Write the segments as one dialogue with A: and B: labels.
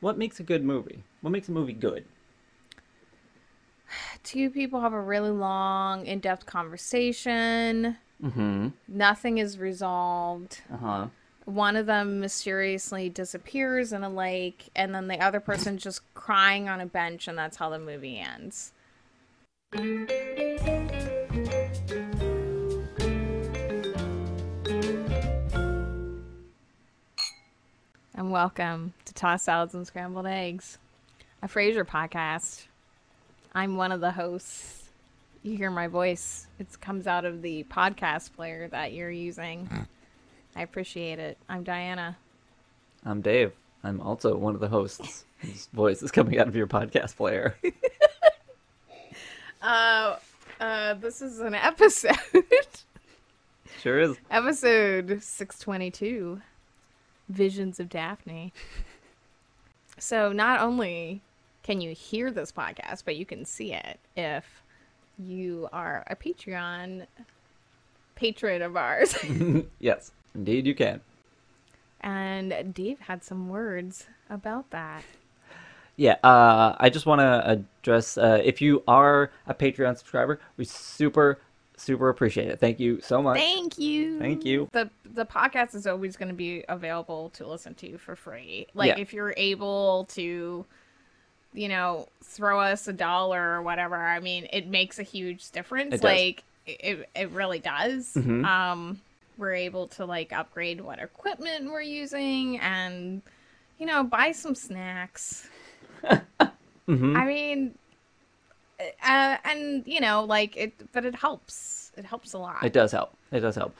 A: What makes a good movie? What makes a movie good?
B: Two people have a really long, in depth conversation.
A: Mm-hmm.
B: Nothing is resolved.
A: Uh huh.
B: One of them mysteriously disappears in a lake, and then the other person's just crying on a bench, and that's how the movie ends. And welcome to Toss Salads and Scrambled Eggs, a Frasier podcast. I'm one of the hosts. You hear my voice. It comes out of the podcast player that you're using. I appreciate it. I'm Diana.
A: I'm Dave. I'm also one of the hosts. His voice is coming out of your podcast player.
B: Uh, uh, this is an episode,
A: Sure is.
B: episode 622 Visions of Daphne. So, not only can you hear this podcast, but you can see it if you are a Patreon patron of ours.
A: Yes, indeed, you can.
B: and Dave had some words about that.
A: Yeah, uh, I just want to address uh, if you are a Patreon subscriber, we super, super appreciate it. Thank you so much.
B: Thank you.
A: Thank you.
B: The the podcast is always going to be available to listen to for free. Like
A: Yeah.
B: if you're able to you know, throw us a dollar or whatever. I mean, it makes a huge difference.
A: It does.
B: like it it really does.
A: Mhm.
B: Um we're able to like upgrade what equipment we're using and you know, buy some snacks.
A: Mhm.
B: I mean, uh, and you know, like it, but it helps. It helps a lot.
A: It does help. It does help.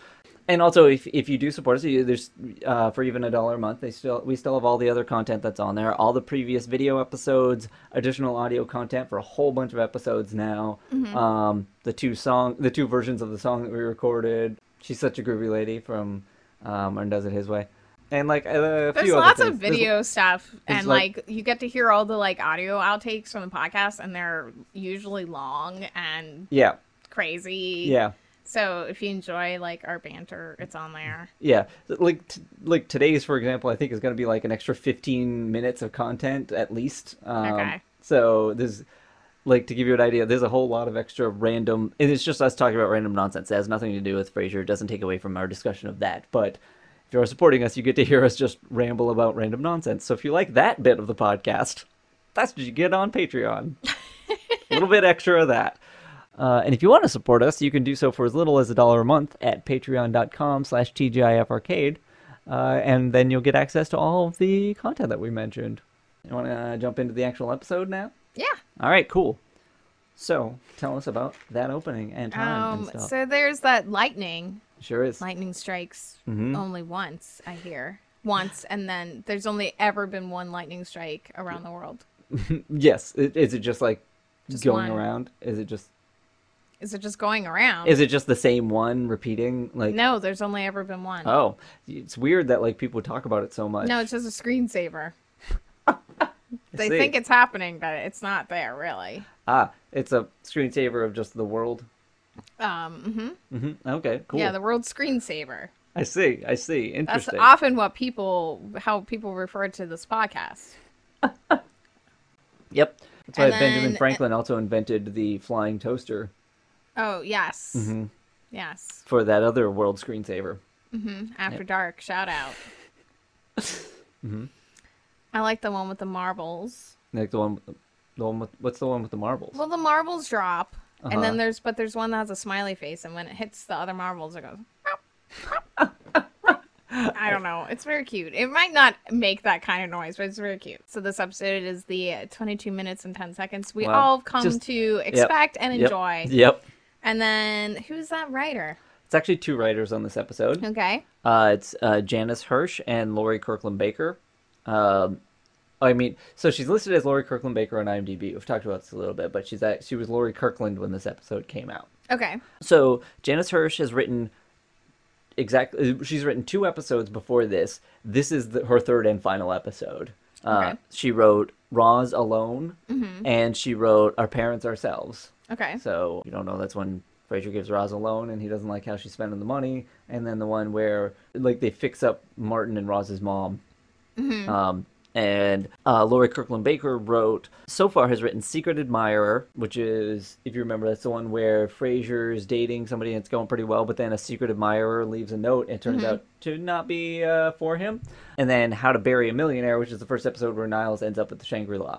A: And also, if, if you do support us, you, there's uh, for even a dollar a month. They still we still have all the other content that's on there, all the previous video episodes, additional audio content for a whole bunch of episodes now.
B: Mm-hmm.
A: Um, the two song, the two versions of the song that we recorded. She's such a groovy lady from um, and does it his way, and like a,
B: There's
A: few
B: lots
A: other
B: of
A: things. There's-
B: video stuff,
A: there's,
B: and
A: like-
B: like, you get to hear all the like audio outtakes from the podcast, and they're usually long and
A: yeah,
B: crazy.
A: yeah.
B: So if you enjoy like our banter, it's on there.
A: Yeah, like t- like today's, for example, I think is going to be like an extra fifteen minutes of content at least. Um,
B: Okay.
A: So there's like to give you an idea, there's a whole lot of extra random, and it's just us talking about random nonsense. It has nothing to do with Frasier. It doesn't take away from our discussion of that. But if you're supporting us, you get to hear us just ramble about random nonsense. So if you like that bit of the podcast, that's what you get on Patreon. a little bit extra of that. Uh, and if you want to support us, you can do so for as little as a dollar a month at patreon.com slash tgifarcade. Uh, and then you'll get access to all of the content that we mentioned. You want to uh, jump into the actual episode now?
B: Yeah.
A: All right, cool. So tell us about that opening and time and
B: Um.
A: stuff.
B: So there's that lightning.
A: sure is.
B: Lightning strikes
A: Mhm.
B: only once. I hear once, and then there's only ever been one lightning strike around the world.
A: yes. i- Is it just like
B: Just
A: going
B: one.
A: around? Is it just
B: Is it just going around?
A: is it just the same one repeating? Like
B: No, there's only ever been one.
A: oh, it's weird that like people talk about it so much.
B: No, it's just a screensaver. they
A: see.
B: think it's happening, but it's not there really.
A: ah, it's a screensaver of just the world.
B: Um, mhm.
A: hmm Okay, cool.
B: Yeah, the world screensaver.
A: I see. I see.
B: That's
A: Interesting.
B: often what people, how people refer to this podcast.
A: Yep. That's why
B: And
A: Benjamin
B: then-
A: Franklin also invented the flying toaster
B: Oh yes,
A: Mm-hmm.
B: yes.
A: for that other world screensaver.
B: After dark, shout out.
A: Mm-hmm.
B: I like the one with the marbles.
A: Like the one, the one with what's the one with the marbles?
B: Well, the marbles drop, and
A: Uh-huh.
B: then there's but there's one that has a smiley face, and when it hits the other marbles, it goes. I don't know. It's very cute. It might not make that kind of noise, but it's very cute. So this episode is the 22 minutes and 10 seconds we
A: Wow.
B: all come
A: Just-
B: to expect and
A: Yep.
B: enjoy.
A: Yep.
B: And then who's that writer?
A: It's actually two writers on this episode.
B: Okay.
A: Uh, it's uh, Janice Hirsch and Lori Kirkland Baker. Um, I mean, so she's listed as Lori Kirkland Baker on IMDb. We've talked about this a little bit, but she's at, she was Lori Kirkland when this episode came out.
B: Okay.
A: So Janice Hirsch has written exactly. She's written two episodes before this. This is the, her third and final episode. Uh,
B: Okay.
A: She wrote Roz Alone, and she wrote Our Parents Ourselves.
B: Okay.
A: So you don't know that's when Fraser gives Roz a loan and he doesn't like how she's spending the money. And then the one where like they fix up Martin and Roz's mom. Um, And uh, Lori Kirkland Baker wrote, so far has written Secret Admirer, which is, if you remember, that's the one where Frasier's dating somebody and it's going pretty well, but then a secret admirer leaves a note and it turns out to not be uh, for him. And then How to Bury a Millionaire, which is the first episode where Niles ends up at the Shangri La.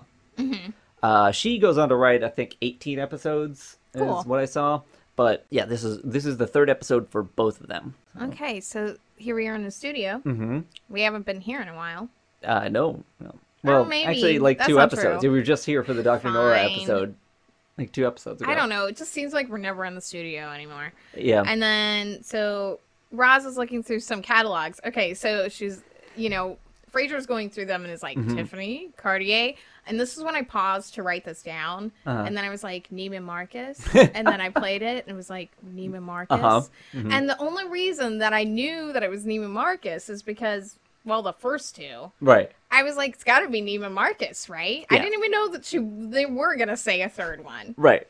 A: Uh, she goes on to write, I think, 18 episodes
B: Cool.
A: is what I saw. But yeah, this is this is the third episode for both of them.
B: Okay, so here we are in the studio.
A: Mm-hmm.
B: We haven't been here in a while.
A: Uh, no, no. Well,
B: Oh, maybe.
A: actually, like
B: That's
A: two
B: not
A: episodes.
B: true.
A: We were just here for the Doctor Nora
B: Fine.
A: episode, like two episodes ago.
B: I don't know. It just seems like we're never in the studio anymore.
A: Yeah,
B: And then so Roz is looking through some catalogs. Okay, so she's you know Fraser's going through them and is like
A: Mhm.
B: Tiffany Cartier, and this is when I paused to write this down,
A: Uh-huh.
B: and then I was like Neiman Marcus, and then I played it and it was like Neiman Marcus,
A: Uh-huh. Mhm.
B: and the only reason that I knew that it was Neiman Marcus is because well the first two
A: right.
B: I was like it's got to be Neiman Marcus, right? I
A: Yeah.
B: didn't even know that she they were gonna say a third one.
A: Right.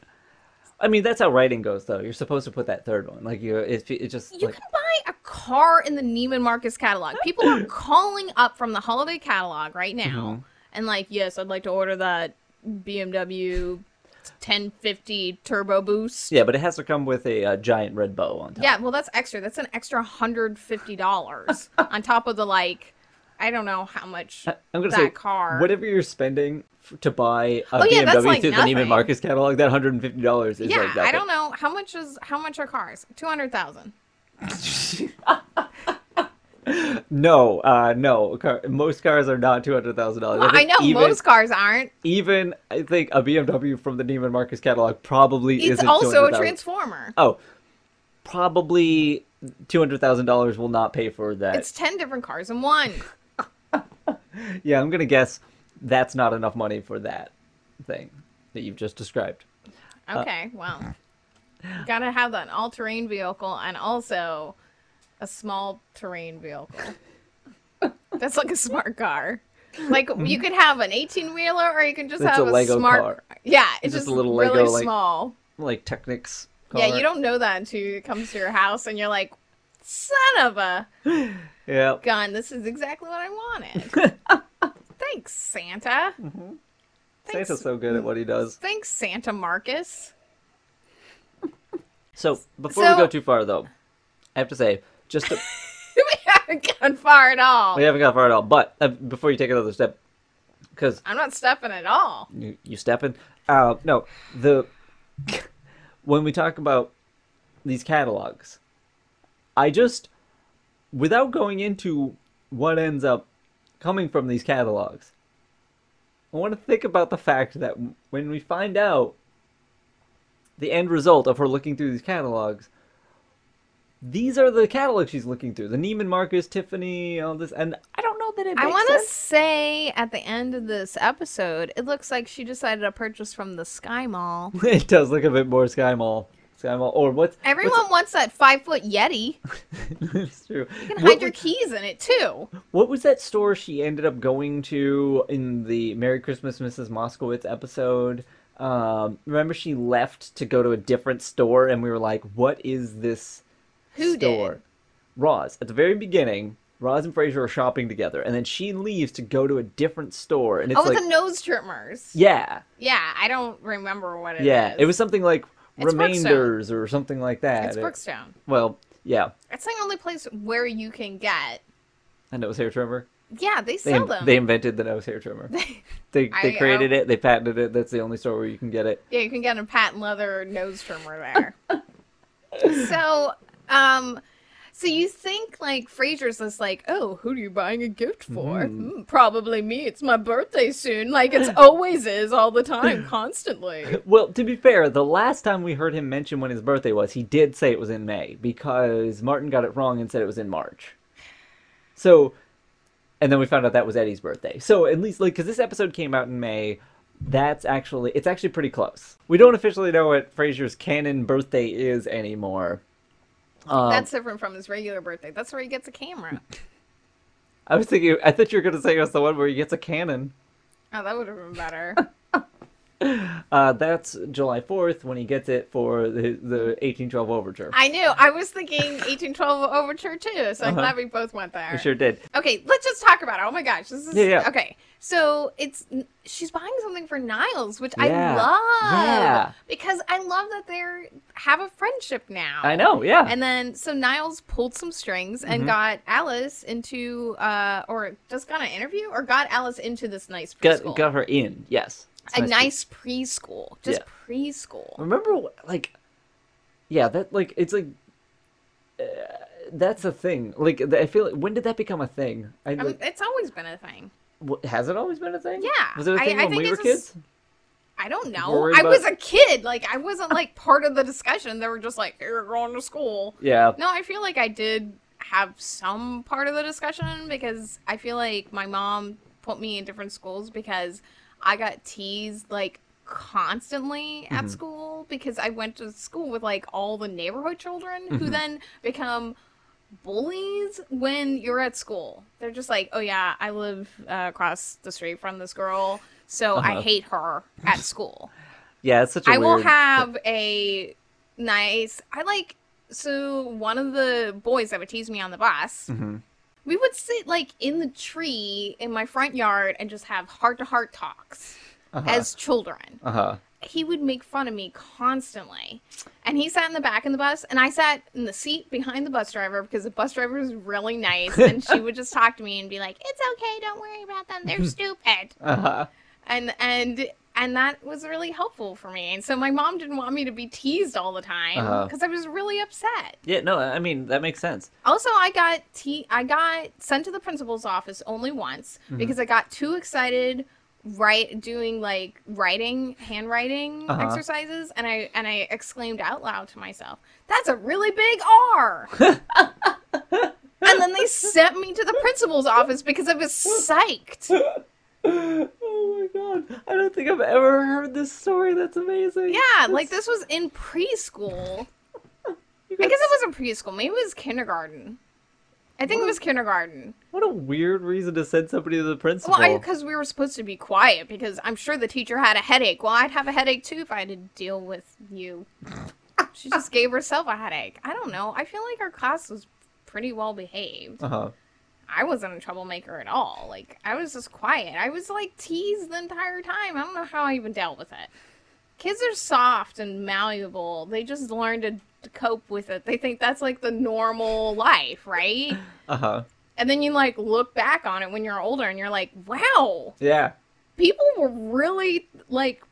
A: I mean, that's how writing goes, though. You're supposed to put that third one. Like, you, it, it just
B: You
A: like,
B: can buy a car in the Neiman Marcus catalog. People are calling up from the holiday catalog right now
A: Uh-huh.
B: and like, yes, I'd like to order that BMW 1050 turbo boost.
A: yeah, but it has to come with a uh, giant red bow on top.
B: Yeah, well, that's extra. That's an extra $150 on top of the like, I don't know how much
A: I- I'm gonna
B: that
A: say
B: car.
A: whatever you're spending f- to buy a
B: Oh, yeah, that's
A: BMW
B: like
A: through the
B: nothing.
A: Neiman Marcus catalog, that 150 dollars is
B: yeah,
A: like
B: I don't know how much is how much are cars. Two hundred thousand.
A: No, uh, no. a Car, most cars are not two hundred thousand dollars.
B: I know
A: even,
B: most cars aren't.
A: even I think a BMW from the Neiman Marcus catalog probably
B: It's
A: isn't
B: also a
A: $200,000.
B: transformer.
A: Oh, probably two hundred thousand dollars will not pay for that.
B: It's ten different cars in one.
A: Yeah, I'm gonna guess that's not enough money for that thing that you've just described. Uh,
B: Okay, well, gotta have an all-terrain vehicle and also a small terrain vehicle. That's like a smart car. Like you could have an eighteen-wheeler, or you can just
A: Mm-hmm. It's
B: have
A: a
B: a,
A: Lego
B: smart.
A: car.
B: Yeah,
A: It's
B: it's just
A: just a little Lego,
B: really
A: like,
B: small.
A: Like Technics.
B: Yeah,
A: car.
B: you don't know that until it comes to your house and you're like, "Son of a
A: Yeah.
B: gun! This is exactly what I wanted." Thanks, Santa.
A: Mm-hmm.
B: Thanks,
A: Santa's so good at what he does.
B: thanks, Santa Marcus.
A: So before
B: So-
A: we go too far, though, I have to say just to-
B: we haven't gone far at all.
A: we haven't got far at all. But uh, before you take another step, because
B: I'm not stepping at all.
A: you, you stepping. Uh, no, the when we talk about these catalogs, I just without going into what ends up coming from these catalogs, I want to think about the fact that when we find out the end result of her looking through these catalogs. These are the catalogs she's looking through: the Neiman Marcus, Tiffany, all this, and I don't know that it.
B: I
A: makes
B: want to
A: sense.
B: say at the end of this episode, it looks like she decided to purchase from the Sky Mall.
A: it does look a bit more Sky Mall. Sky Mall. Or what's. what's-
B: Everyone wants that five foot Yeti.
A: it's true.
B: You can hide
A: What,
B: your
A: was-
B: keys in it too.
A: what was that store she ended up going to in the Merry Christmas, Mrs. Moskowitz episode? Um, remember, she left to go to a different store, and we were like, what is this
B: Who did?
A: store? Roz. At the very beginning, Roz and Fraser are shopping together, and then she leaves to go to a different store. And it's
B: oh, it's
A: like,
B: the nose trimmers. Yeah.
A: yeah,
B: I don't remember what it is.
A: yeah. It was something like
B: It's Brookstone.
A: Remainders or something like that.
B: It's
A: It-
B: Brookstone.
A: well, yeah.
B: It's the only place where you can get.
A: And it was hair trimmer.
B: Yeah, they
A: They,
B: sell
A: in-
B: them.
A: they invented the nose hair trimmer. They,
B: I-
A: they created it. They patented it. That's the only store where you can get it.
B: Yeah, you can get a patent leather nose trimmer there. so, um, so you think like Frasier's just like, oh, who are you buying a gift for?
A: Mhm.
B: "Hmm, probably me. It's my birthday soon. Like it's always is all the time, constantly.
A: Well, to be fair, the last time we heard him mention when his birthday was, he did say it was in May because Martin got it wrong and said it was in March. So, and then we found out that was Eddie's birthday. So at least like because this episode came out in May, that's actually it's actually pretty close. We don't officially know what Frasier's canon birthday is anymore. Um,
B: That's different from his regular birthday. That's where he gets a camera.
A: I was thinking. I thought you were going to say it was the one where he gets a cannon.
B: Oh, that would have been better.
A: Uh, that's July 4th when he gets it for the, the 1812 Overture.
B: I knew. I was thinking 1812 Overture too, so I'm
A: Uh-huh.
B: glad we both went there.
A: We sure did.
B: Okay, let's just talk about it. Oh my gosh, this is
A: Yeah, yeah.
B: okay. So it's she's buying something for Niles, which
A: Yeah.
B: I love
A: Yeah.
B: because I love that they have a friendship now.
A: I know, yeah.
B: And then so Niles pulled some strings and
A: Mhm.
B: got Alice into uh or just got an interview or got Alice into this nice preschool.
A: got, got her in, yes. It's
B: a
A: to-
B: nice preschool, just
A: Yeah.
B: preschool.
A: Remember, wh- like, yeah, that, like, it's like, uh, that's a thing. Like, th- I feel like, when did that become a thing? I,
B: I mean,
A: like,
B: it's always been a thing.
A: wh- has it always been a thing?
B: Yeah,
A: Was it a
B: I-
A: thing
B: I
A: when we
B: think
A: were
B: it's a s-
A: kids?
B: I don't know.
A: Worry
B: I
A: about-
B: was a kid. Like I wasn't like part of the discussion. They were just like, "You're going to school."
A: Yeah.
B: No, I feel like I did have some part of the discussion because I feel like my mom put me in different schools because I got teased like constantly at
A: Mhm.
B: school because I went to school with like all the neighborhood children who
A: Mhm.
B: then become bullies when you're at school. They're just like, "Oh yeah, I live uh, across the street from this girl, so I
A: Uh-huh.
B: hate her at school."
A: Yeah, it's such a
B: I will
A: weird-
B: have a nice. I like so one of the boys that would tease me on the bus.
A: Mhm.
B: We would sit like in the tree in my front yard and just have heart to heart talks
A: Uh-huh.
B: as children.
A: Uh-huh.
B: He would make fun of me constantly, and he sat in the back of the bus, and I sat in the seat behind the bus driver because the bus driver was really nice, and she would just talk to me and be like, "It's okay, don't worry about them. They're stupid."
A: Uh-huh.
B: and and and that was really helpful for me and so my mom didn't want me to be teased all the time
A: Uh-huh.
B: because i was really upset
A: Yeah, no, I I mean, that makes sense.
B: also i got te- i got sent to the principal's office only once
A: Mhm.
B: because i got too excited right doing like writing handwriting
A: Uh-huh.
B: exercises and i and i exclaimed out loud to myself that's a really big r and then they sent me to the principal's office because i was psyched
A: oh my god. I don't think I've ever heard this story. That's amazing.
B: yeah like this was in preschool
A: You
B: I
A: guys-
B: guess it wasn't preschool. Maybe it was kindergarten. I think it was kindergarten.
A: What a weird reason to send somebody to the principal.
B: Well, because we were supposed to be quiet because I'm sure the teacher had a headache. Well, I'd have a headache too if I had to deal with you. she just gave herself a headache. I don't know. I feel like our class was pretty well behaved.
A: uh-huh.
B: I wasn't a troublemaker at all. Like, I was just quiet. I was like teased the entire time. I don't know how I even dealt with it. Kids are soft and malleable. They just learn to, to cope with it. They think that's like the normal life, right?
A: Uh-huh.
B: And then you like look back on it when you're older and you're like, wow,
A: Yeah.
B: people were really like,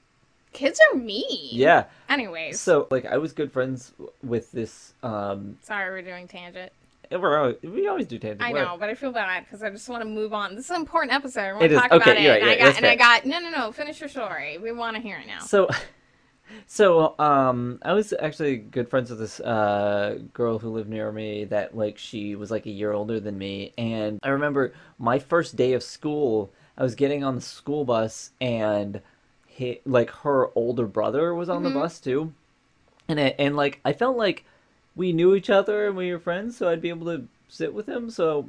B: kids are mean.
A: Yeah.
B: Anyways,
A: So, like, I was good friends with this, um...
B: sorry we're doing tangent.
A: We're always, we always do tangent.
B: I
A: We're-
B: know, but I feel bad because I just want to move on. This is an important episode. I
A: It
B: want to
A: is.
B: talk
A: Okay,
B: about it.
A: you're right,
B: and
A: you're
B: I
A: right.
B: got,
A: That's
B: and I
A: fair.
B: got no, no, no. Finish your story. We want to hear it now.
A: So, so um, I was actually good friends with this uh, girl who lived near me. That like she was like a year older than me, and I remember my first day of school. I was getting on the school bus, and he, like her older brother was on
B: Mhm.
A: the bus too, and it, and like I felt like we knew each other and we were friends, so I'd be able to sit with him. So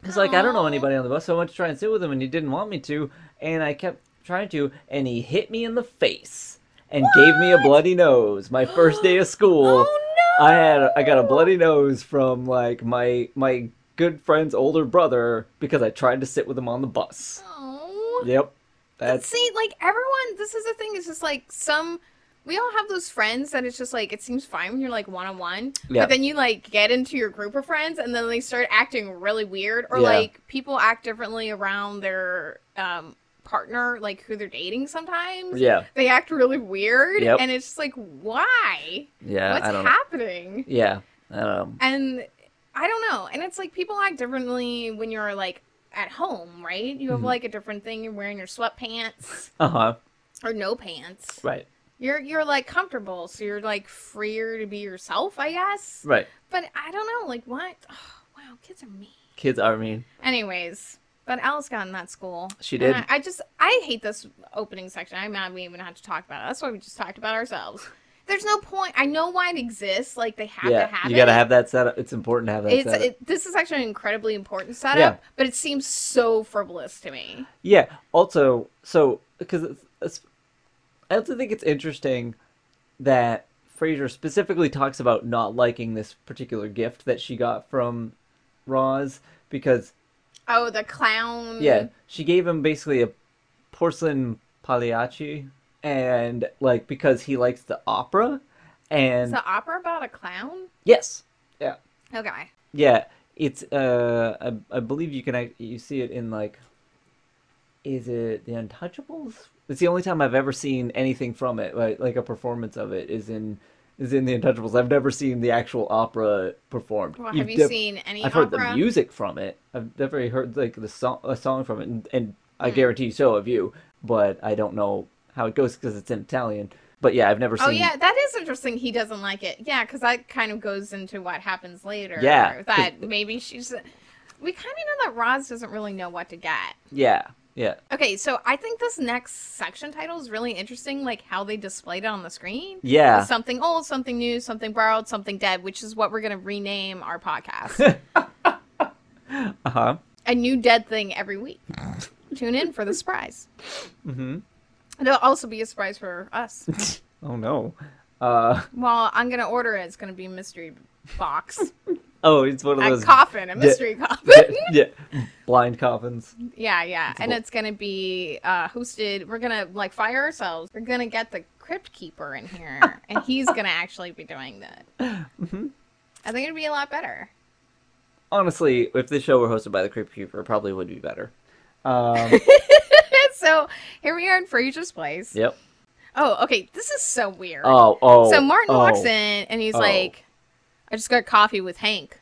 A: because like I don't know
B: Aw.
A: anybody on the bus, so I went to try and sit with him, and he didn't want me to, and I kept trying to, and he hit me in the face and gave me a
B: What?
A: bloody nose. My first day of school,
B: oh no!
A: I had I got a bloody nose from like my my good friend's older brother because I tried to sit with him on the bus.
B: Oh.
A: Yep,
B: But
A: that's
B: See, like everyone, this is the thing. It's just like some. We all have those friends that it's just like it seems fine when you're like one on one,
A: Yeah.
B: but then you like get into your group of friends and then they start acting really weird, or
A: Yeah.
B: like people act differently around their um, partner, like who they're dating. Sometimes
A: yeah
B: they act really weird,
A: Yep.
B: and it's just like, why?
A: yeah
B: What's
A: I don't
B: happening?
A: yeah I don't know.
B: And I don't know. And it's like people act differently when you're like at home, right? You have
A: Mhm.
B: like a different thing. You're wearing your sweatpants
A: Uh huh.
B: or no pants.
A: Right.
B: You're you're like comfortable, so you're like freer to be yourself, I guess.
A: Right.
B: But I don't know, like what? Oh, wow, kids are mean.
A: Kids are mean.
B: Anyways, but Alice got in that school.
A: She
B: And
A: did.
B: I, I just I hate this opening section. I'm mad we even had to talk about it. That's why we just talked about ourselves. There's no point. I know why it exists. Like they have
A: yeah,
B: to have
A: you
B: it.
A: gotta have that set up. It's important to have that
B: it's
A: set up.
B: it, this is actually an incredibly important setup, but it seems so frivolous to me.
A: Yeah. Also, so because I also think it's interesting that Fraser specifically talks about not liking this particular gift that she got from Roz because
B: Oh, the clown.
A: yeah, she gave him basically a porcelain pagliacci and like because he likes the opera
B: Is
A: and
B: the opera about a clown?
A: yes.
B: Okay.
A: Yeah, it's uh, I, I believe you can act- you see it in like, is it The Untouchables? It's the only time I've ever seen anything from it, like like a performance of it is in is in The Untouchables. I've never seen the actual opera performed.
B: Well,
A: You've
B: have you
A: def-
B: seen any
A: I've heard
B: opera?
A: the music from it. I've definitely heard like the song a song from it, and, and I
B: Hmm.
A: guarantee so have you. But I don't know how it goes because it's in Italian. But yeah, I've never
B: Oh
A: seen.
B: yeah, that is interesting. He doesn't like it. Yeah, because that kind of goes into what happens later.
A: Yeah, 'cause-
B: that maybe she's. We kind of know that Roz doesn't really know what to get.
A: yeah, yeah.
B: Okay, so I think this next section title is really interesting, like how they displayed it on the screen.
A: yeah.
B: Something old, something new, something borrowed, something dead, which is what we're gonna rename our podcast.
A: Uh huh.
B: A new dead thing every week. Tune in for the surprise.
A: Mm-hmm.
B: It'll also be a surprise for us.
A: Oh no. Uh
B: Well, I'm gonna order it. It's gonna be a mystery box,
A: oh, it's one of
B: a
A: those
B: coffin, a mystery
A: yeah,
B: coffin.
A: yeah, blind coffins.
B: yeah, yeah, and
A: cool.
B: it's gonna be uh, hosted. We're gonna like fire ourselves. We're gonna get the crypt keeper in here, and he's gonna actually be doing that.
A: Mhm.
B: I think it'd be a lot better.
A: Honestly, if this show were hosted by the Crypt Keeper, it probably would be better. Um,
B: so here we are in Fraser's place.
A: yep.
B: Oh, okay, this is so weird.
A: Oh, oh.
B: so Martin
A: oh.
B: walks in, and he's
A: Oh.
B: like, "I just got coffee with Hank.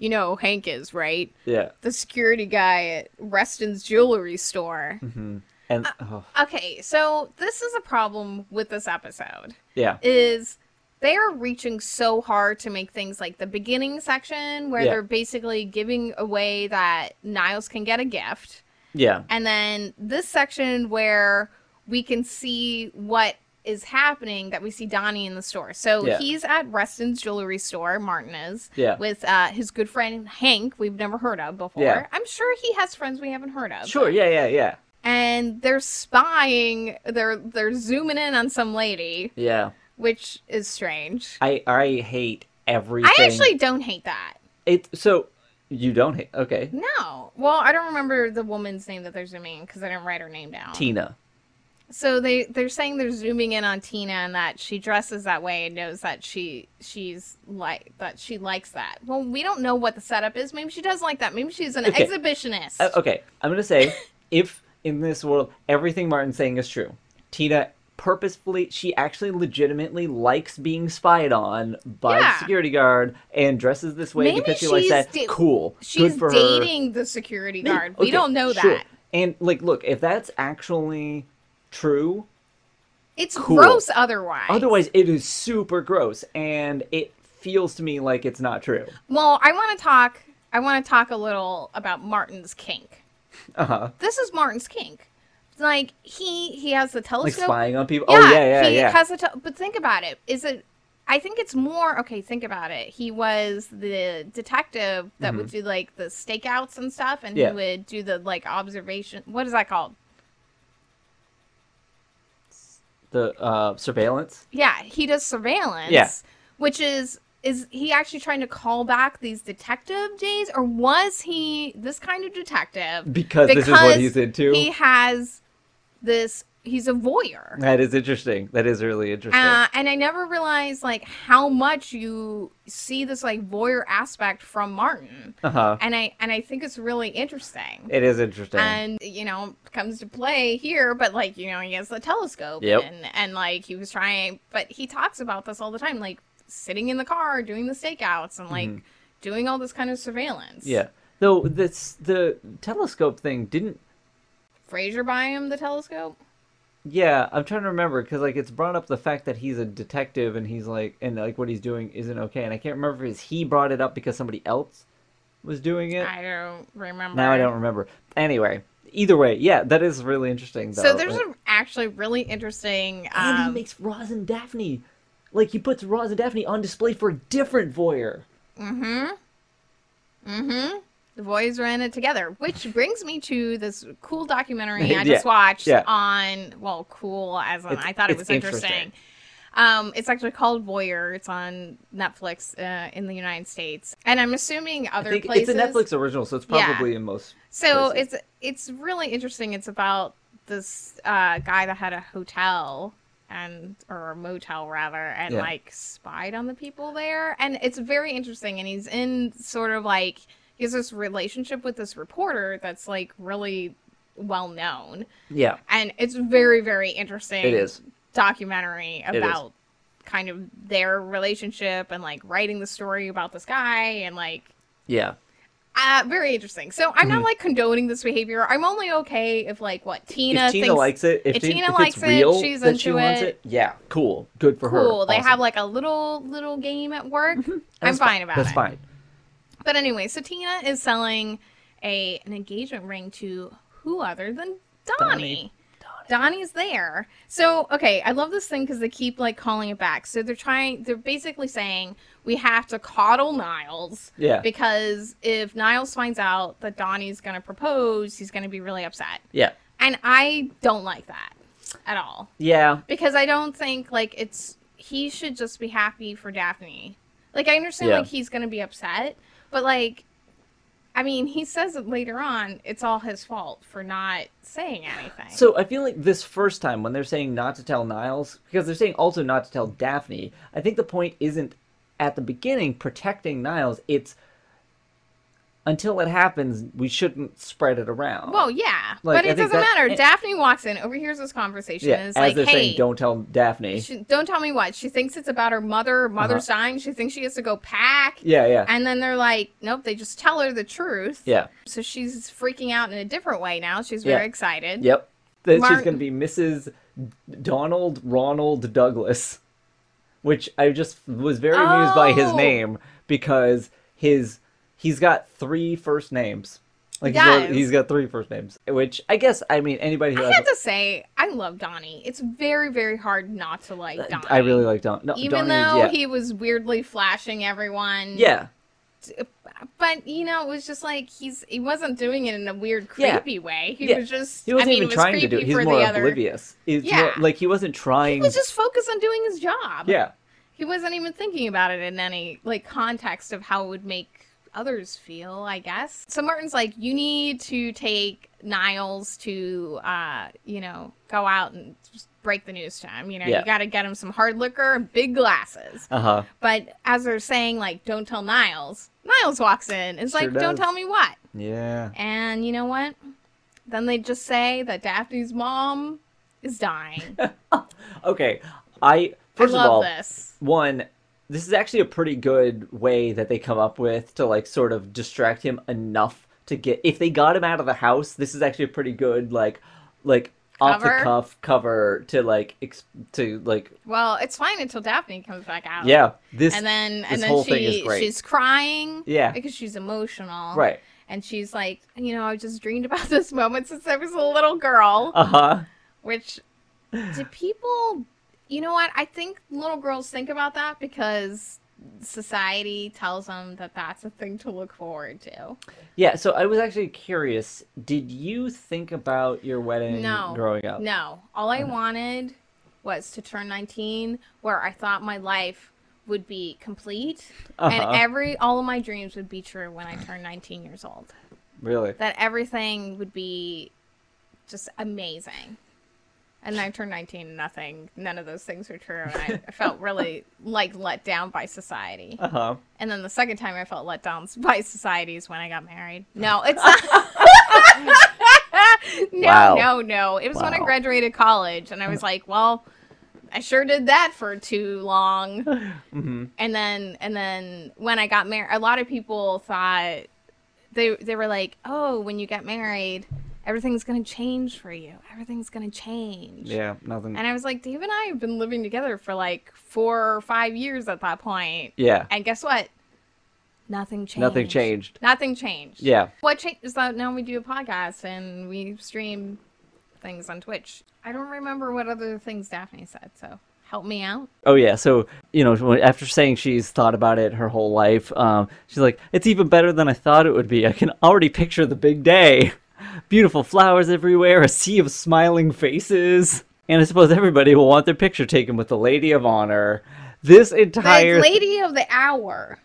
B: You know who Hank is, right?"
A: Yeah.
B: the security guy at Reston's jewelry store.
A: hmm
B: Uh,
A: And oh,
B: Okay, so this is a problem with this episode
A: yeah,
B: is they are reaching so hard to make things like the beginning section where
A: Yeah.
B: they're basically giving away that Niles can get a gift
A: yeah,
B: and then this section where we can see what is happening that we see Donnie in the store. So
A: Yeah.
B: he's at Reston's jewelry store, Martin is,
A: yeah.
B: with uh, his good friend Hank, we've never heard of before.
A: Yeah.
B: I'm sure he has friends we haven't heard of.
A: Sure. Yeah, yeah, yeah,
B: And they're spying. They're they're zooming in on some lady,
A: yeah.
B: which is strange.
A: I I hate everything.
B: I actually don't hate that.
A: it so you don't hate. Okay,
B: No. Well, I don't remember the woman's name that they're zooming in because I didn't write her name down.
A: Tina.
B: So they they're saying they're zooming in on Tina and that she dresses that way and knows that she she's like that she likes that. Well, we don't know what the setup is. Maybe she does like that. Maybe she's an
A: Okay.
B: exhibitionist.
A: Uh, okay, I'm gonna say if in this world everything Martin's saying is true, Tina purposefully she actually legitimately likes being spied on by the
B: Yeah.
A: security guard and dresses this way
B: Maybe
A: because she likes
B: she's
A: that.
B: da-
A: cool.
B: She's
A: good for her.
B: dating the security
A: Maybe-
B: guard. We
A: okay,
B: don't know that.
A: sure. And like, look, if that's actually true,
B: It's
A: Cool.
B: gross otherwise.
A: otherwise it is super gross, and it feels to me like it's not true.
B: Well, I want to talk I want to talk a little about Martin's kink.
A: Uh huh.
B: This is Martin's kink. Like he he has the
A: Like
B: telescope.
A: spying on people. oh yeah, yeah,
B: he
A: yeah.
B: has a tel- but think about it. Is it I think it's more okay, think about it. He was the detective that would do like the stakeouts and stuff and
A: Mm-hmm. Yeah.
B: he would do the like observation. What is that called?
A: the uh, surveillance.
B: Yeah, he does surveillance.
A: Yeah.
B: Which is is he actually trying to call back these detective days or was he this kind of detective?
A: Because, this is what
B: Because
A: he's into.
B: He has this he's a voyeur.
A: That is interesting. That is really interesting.
B: Uh, and I never realized like how much you see this like voyeur aspect from Martin.
A: Uh-huh.
B: And I and I think it's really interesting.
A: It is interesting.
B: and you know comes to play here but like you know he has the telescope
A: Yep.
B: and and like he was trying but he talks about this all the time like sitting in the car doing the stakeouts and like
A: Mhm.
B: doing all this kind of surveillance
A: yeah. Though this the telescope thing didn't
B: fraser buy him the telescope
A: yeah, I'm trying to remember cuz like it's brought up the fact that he's a detective and he's like and like what he's doing isn't okay and I can't remember if it's he brought it up because somebody else was doing it.
B: i don't remember
A: now I don't remember. Anyway, either way, yeah, that is really interesting though.
B: so there's
A: like-
B: an actually really interesting
A: and he
B: um,
A: makes Roz and Daphne like he puts Roz and Daphne on display for a different voyeur.
B: Mm-hmm. Mm-hmm. The boys were in it together, which brings me to this cool documentary I
A: Yeah,
B: just watched
A: yeah.
B: on, well, cool as in
A: It's-
B: I thought it
A: it's
B: was interesting.
A: interesting.
B: Um, it's actually called Voyeur. It's on Netflix uh, in the United States, and I'm assuming
A: I
B: other
A: think
B: places.
A: it's a Netflix original, so it's
B: Yeah.
A: probably in most.
B: So
A: places.
B: it's it's really interesting. It's about this uh, guy that had a hotel and or a motel rather, and
A: Yeah.
B: like spied on the people there, and it's very interesting. And he's in sort of like he has this relationship with this reporter that's like really well known,
A: yeah,
B: and it's very very interesting.
A: it is.
B: documentary
A: is.
B: about kind of their relationship and like writing the story about this guy and like
A: Yeah,
B: uh, very interesting. So I'm
A: Mm-hmm.
B: not like condoning this behavior. I'm only okay if like what Tina,
A: if Tina
B: thinks
A: likes it, if,
B: if
A: it-
B: Tina
A: if
B: likes
A: it's
B: it,
A: real,
B: she's
A: that she
B: into
A: wants
B: it.
A: it. Yeah, cool, good for her.
B: cool. They
A: awesome. Mm-hmm.
B: have like a little little game at work. I'm
A: That's
B: fine about
A: That's
B: it.
A: fine.
B: But anyway, so Tina is selling a an engagement ring to who other than Donnie.
A: Donnie.
B: Donnie's there. So, okay, I love this thing because they keep like calling it back. So they're trying, they're basically saying we have to coddle Niles
A: Yeah,
B: because if Niles finds out that Donnie's going to propose, he's going to be really upset.
A: yeah,
B: And I don't like that at all
A: yeah.
B: because I don't think like it's he should just be happy for Daphne. Like I understand
A: Yeah.
B: like he's gonna be upset, but like I mean he says it later on it's all his fault for not saying anything.
A: So I feel like this first time when they're saying not to tell Niles, because they're saying also not to tell Daphne, I think the point isn't at the beginning protecting Niles, it's until it happens, we shouldn't spread it around.
B: well, yeah,
A: Like,
B: but
A: I
B: it
A: think
B: doesn't
A: that-
B: matter.
A: eh.
B: Daphne walks in, overhears this conversation,
A: yeah,
B: and
A: as
B: is like,
A: they're
B: "Hey,
A: saying, don't tell Daphne.
B: she- don't tell me what." She thinks it's about her mother. her Mother's dying. She thinks she has to go pack.
A: Uh-huh. Yeah, yeah,
B: And then they're like, "Nope." They just tell her the truth.
A: yeah,
B: So she's freaking out in a different way now. She's
A: Yeah.
B: very excited.
A: yep. Then
B: Martin-
A: she's going to be Mrs. Donald Ronald Douglas, which I just was very amused by his
B: Oh.
A: name because his he's got three first names. Like
B: He
A: he's got-
B: does.
A: he's got three first names, which I guess I mean anybody who
B: I
A: has
B: have to say, I love Donnie. It's very, very hard not to like Donnie.
A: I really like Don. No, Donnie
B: even
A: is,
B: though
A: yeah.
B: he was weirdly flashing everyone.
A: yeah,
B: But you know, it was just like he's he wasn't doing it in a weird,
A: Yeah.
B: creepy way. He
A: Yeah.
B: was just
A: he wasn't
B: I mean,
A: even
B: it was
A: trying to do it.
B: creepy
A: He's
B: for
A: more
B: the other-
A: oblivious. He's
B: Yeah.
A: more- like he wasn't
B: He
A: trying.
B: was just focused on doing his job.
A: yeah,
B: He wasn't even thinking about it in any like context of how it would make others feel, I guess. So Martin's like, you need to take Niles to uh, you know, go out and just break the news to him. You know,
A: Yeah.
B: you gotta get him some hard liquor and big glasses.
A: uh huh.
B: But as they're saying, like, don't tell Niles, Niles walks in. It's
A: Sure
B: like, don't
A: does.
B: tell me what.
A: Yeah,
B: And you know what? Then they just say that Daphne's mom is dying.
A: okay. I first
B: I
A: of
B: love
A: all,
B: this.
A: one this is actually a pretty good way that they come up with to like sort of distract him enough to get if they got him out of the house this is actually a pretty good like like off the
B: Cover?
A: cuff cover to like ex- to like
B: Well, it's fine until Daphne comes back out.
A: yeah this
B: Oh. and then
A: this
B: and then
A: whole
B: she
A: thing is great.
B: she's crying
A: Yeah.
B: because she's emotional
A: right
B: and she's like you know i've just dreamed about this moment since i was a little girl
A: uh-huh
B: which do people you know what i think little girls think about that because society tells them that that's a thing to look forward to
A: yeah so i was actually curious did you think about your wedding
B: No.
A: growing up
B: no all
A: Uh-huh.
B: i wanted was to turn 19 where i thought my life would be complete
A: Uh-huh.
B: and every all of my dreams would be true when i turned 19 years old
A: really
B: that everything would be just amazing. And I turned 19, nothing, none of those things were true. And I felt really like let down by society.
A: uh-huh
B: And then the second time I felt let down by society is when I got married. No, it's not. no,
A: Wow.
B: no, no. It was when I
A: Wow.
B: graduated college and I was like, well, I sure did that for too long
A: hmm
B: and then and then when I got married, a lot of people thought they they were like, "Oh, when you get married, everything's gonna change for you. Everything's gonna change."
A: yeah nothing
B: And I was like, Dave and I have been living together for like four or five years at that point,
A: yeah
B: and guess what? Nothing changed.
A: nothing changed
B: Nothing changed.
A: yeah
B: What changed is that now we do a podcast and we stream things on Twitch. I don't remember what other things Daphne said, so help me out?
A: Oh yeah, so you know, when- after saying she's thought about it her whole life, um, she's like, "It's even better than I thought it would be. I can already picture the big day, beautiful flowers everywhere, a sea of smiling faces, and I suppose everybody will want their picture taken with the lady of honor. This
B: The
A: entire
B: lady of the hour.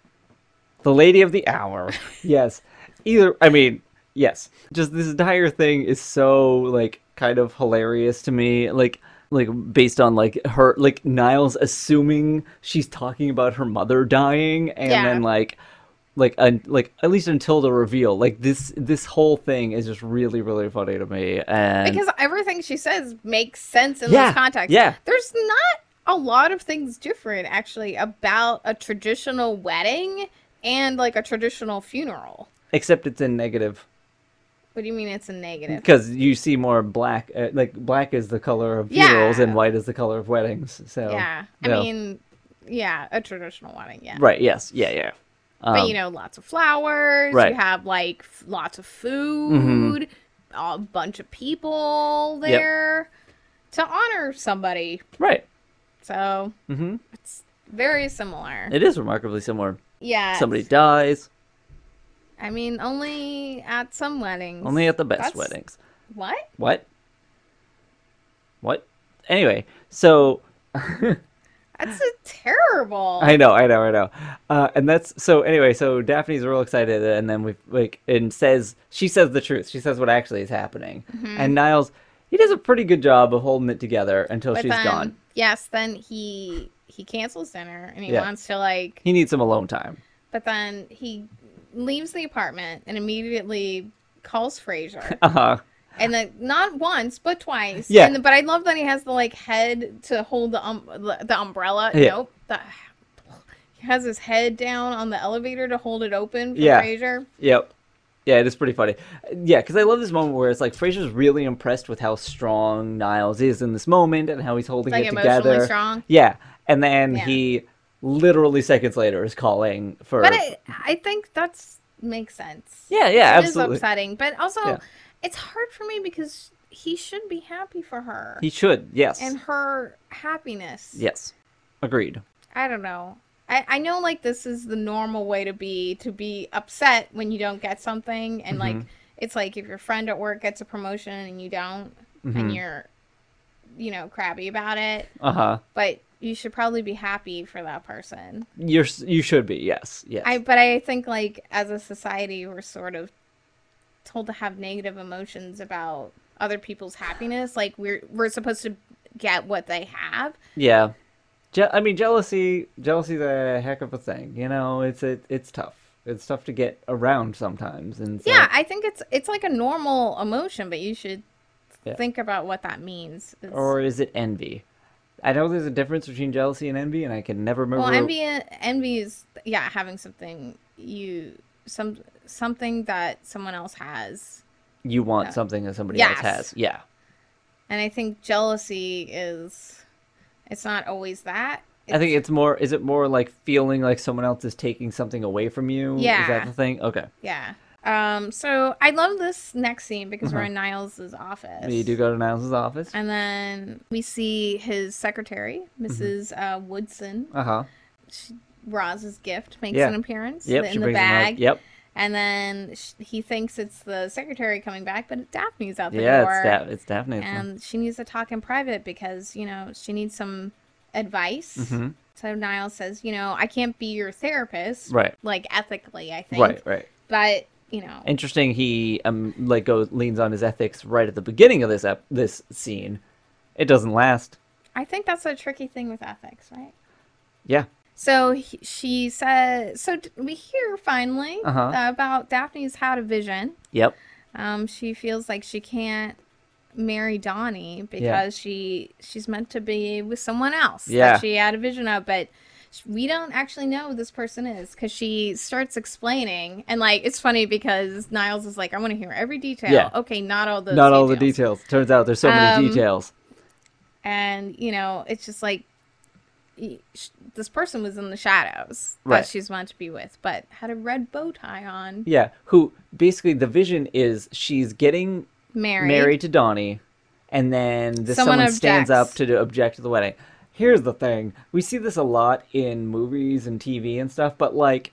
A: the lady of the hour. yes, either I mean, yes. Just this entire thing is so like kind of hilarious to me. Like like based on like her like Niles assuming she's talking about her mother dying and
B: Yeah.
A: then like like un, like at least until the reveal like this this whole thing is just really really funny to me and
B: Because everything she says makes sense in
A: Yeah,
B: this context.
A: yeah.
B: There's not a lot of things different actually about a traditional wedding and like a traditional funeral.
A: except it's in negative
B: What do you mean it's a negative?
A: because you see more black uh, like black is the color of funerals
B: Yeah.
A: and white is the color of weddings so
B: yeah. I
A: no.
B: mean, yeah, a traditional wedding, yeah.
A: Right. Yes. Yeah. Yeah. Um,
B: but you know, lots of flowers,
A: right. Mm-hmm.
B: you have like f- lots of food, a bunch of people
A: Yep.
B: there to honor somebody.
A: Right.
B: So,
A: Mhm.
B: it's very similar.
A: It is remarkably similar.
B: yeah.
A: Somebody dies.
B: I mean, only at some weddings.
A: Only at the best
B: That's-
A: weddings.
B: What?
A: What? What? Anyway, so
B: That's a terrible.
A: I know, I know, I know, uh, and that's so. Anyway, so Daphne's real excited, and then we like and says she says the truth. She says what actually is happening,
B: Mm-hmm.
A: and Niles he does a pretty good job of holding it together until
B: but
A: she's
B: then,
A: gone.
B: Yes, then he he cancels dinner and he
A: Yeah.
B: wants to like.
A: He needs some alone time.
B: But then he leaves the apartment and immediately calls Fraser,
A: Uh huh.
B: and then not once but twice.
A: Yeah.
B: And but I love that he has the like head to hold the um the, the umbrella.
A: Yeah.
B: Nope. The, he has his head down on the elevator to hold it open for
A: Yeah.
B: Fraser.
A: Yep. Yeah, it is pretty funny. Yeah, because I love this moment where it's like Fraser's really impressed with how strong Niles is in this moment and how he's holding
B: Like
A: it
B: emotionally
A: together.
B: strong.
A: Yeah, and then
B: Yeah.
A: he literally seconds later is calling for.
B: But I, I think that's makes sense.
A: yeah, yeah,
B: it is
A: absolutely.
B: upsetting, but also
A: Yeah.
B: it's hard for me because he should be happy for her
A: He should. Yes.
B: and her happiness.
A: Yes. Agreed.
B: I don't know. I, I know like this is the normal way to be to be upset when you don't get something and like
A: Mhm.
B: it's like if your friend at work gets a promotion and you don't and
A: Mhm.
B: you're you know crabby about it,
A: Uh huh.
B: but you should probably be happy for that person.
A: You're s- you should be. Yes. Yes.
B: I but I think like as a society we're sort of told to have negative emotions about other people's happiness. Like we're we're supposed to get what they have.
A: yeah. Je- I mean, jealousy. Jealousy's a heck of a thing. You know, it's it, it's tough. It's tough to get around sometimes. And so,
B: yeah, I think it's it's like a normal emotion, but you should
A: Yeah.
B: think about what that means. It's-
A: or is it envy? I know there's a difference between jealousy and envy, and I can never remember.
B: well, envy envy is yeah having something you some something that someone else has,
A: You want
B: Yeah.
A: something that somebody
B: Yes.
A: else has. Yeah.
B: and I think jealousy is it's not always that.
A: I think it's more. Is it more like feeling like someone else is taking something away from you? Is
B: Yeah.
A: that the thing? Okay.
B: Yeah. Um. So I love this next scene because we're
A: Uh-huh.
B: in Niles's office.
A: We do go to Niles' office.
B: And then we see his secretary,
A: Mm-hmm.
B: missus uh, Woodson.
A: Uh huh.
B: Roz's gift makes
A: Yeah.
B: an appearance
A: Yep.
B: in
A: she
B: the
A: brings him up.
B: bag.
A: Yep.
B: And then sh- he thinks it's the secretary coming back, but Daphne's out the
A: Yeah.
B: door.
A: It's Daph- It's Daphne. it's him.
B: and she needs to talk in private because, you know, she needs some advice.
A: Mhm.
B: So Niles says, you know, I can't be your therapist.
A: Right.
B: Like ethically, I think.
A: Right. Right.
B: But, you know,
A: Interesting. He um like goes leans on his ethics right at the beginning of this ep- this scene. It doesn't last.
B: I think that's a tricky thing with ethics, right?
A: Yeah.
B: So he, she says, so d- we hear finally
A: Uh-huh.
B: about Daphne's had a vision.
A: Yep.
B: Um, she feels like she can't marry Donnie because she she's meant to be with someone else
A: Yeah.
B: that she had a vision of, but sh- we don't actually know who this person is because she starts explaining and like it's funny because Niles is like, I want to hear every detail.
A: Yeah.
B: Okay, not all those
A: Not all the
B: details
A: details. Turns out there's so
B: Um,
A: many details.
B: and you know it's just like y- sh- this person was in the shadows that
A: Right.
B: she's meant to be with but had a red bow tie on
A: Yeah, who basically the vision is she's getting
B: married,
A: married to Donnie, and then this
B: Someone
A: someone, stands up
B: objects.
A: to do- object to the wedding. here's the thing we see this a lot in movies and TV and stuff, but like,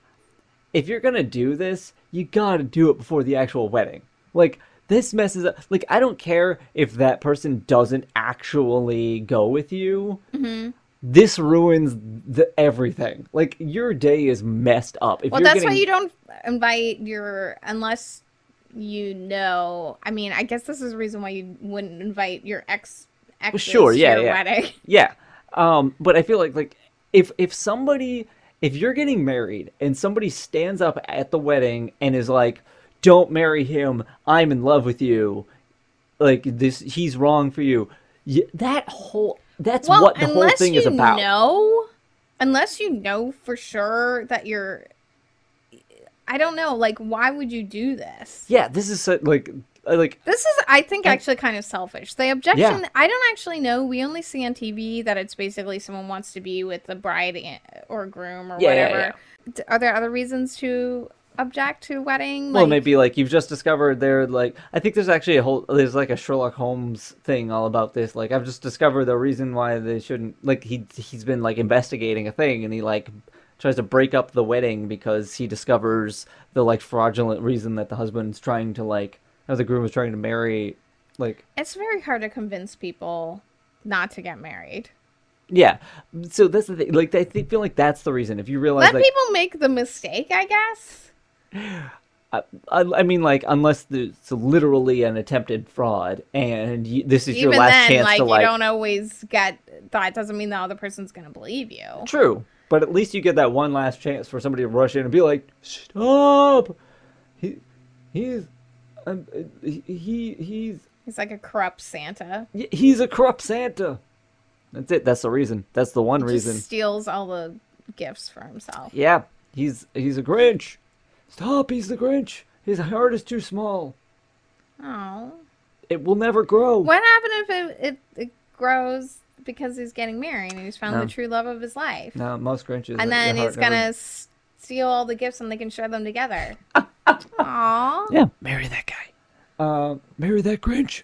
A: if you're gonna do this, you gotta do it before the actual wedding. Like, this messes up. Like, I don't care if that person doesn't actually go with you.
B: Mm-hmm.
A: This ruins the everything. Like, your day is messed up. If
B: Well,
A: you're
B: that's
A: getting-
B: why you don't invite your unless you know. I mean, I guess this is the reason why you wouldn't invite your ex ex
A: sure, yeah,
B: to your
A: yeah.
B: wedding.
A: Yeah. Um, but I feel like like if if somebody if you're getting married and somebody stands up at the wedding and is like, "Don't marry him. I'm in love with you." Like this he's wrong for you. Y that whole that's
B: Well,
A: what the whole
B: unless
A: thing
B: you
A: is about.
B: know, unless you know for sure that you're, I don't know. Like, why would you do this?
A: Yeah, this is so, like I- like
B: This is, I think,
A: And-
B: actually kind of selfish. The objection, I don't actually know. We only see on TV that it's basically someone wants to be with the bride and- or groom or
A: Yeah, yeah,
B: whatever. D- Are there other reasons to object to wedding?
A: well
B: Like-
A: maybe like you've just discovered they're like I think there's actually a whole there's like a Sherlock Holmes thing all about this like I've just discovered the reason why they shouldn't like he he's been like investigating a thing and he like tries to break up the wedding because he discovers the like fraudulent reason that the husband's trying to like or the groom is trying to marry like
B: it's very hard to convince people not to get married.
A: yeah so that's the thing like I think, feel like that's the reason if you realize
B: Let
A: like
B: people make the mistake, I guess.
A: I, I I mean, like, unless the- it's literally an attempted fraud, and you, this is
B: Even
A: your last
B: then,
A: chance
B: like,
A: to
B: you
A: like.
B: don't always get that. Doesn't mean the other person's going to believe you.
A: True, but at least you get that one last chance for somebody to rush in and be like, "Stop! He, he's, I'm, he, he- he's,
B: He's like a corrupt Santa.
A: y- he's a corrupt Santa." That's it. That's the reason. That's the one
B: He
A: reason.
B: Just steals all the gifts for himself.
A: Yeah, he's he's a Grinch. Stop! He's the Grinch. His heart is too small.
B: Oh.
A: It will never grow.
B: What happened if it, it, it grows because he's getting married and he's found
A: No.
B: the true love of his life?
A: No, most Grinches. uh,
B: and
A: their
B: then
A: heart
B: he's
A: never-
B: gonna s- steal all the gifts and they can share them together. Aww.
A: Yeah. Marry that guy. Uh, marry that Grinch.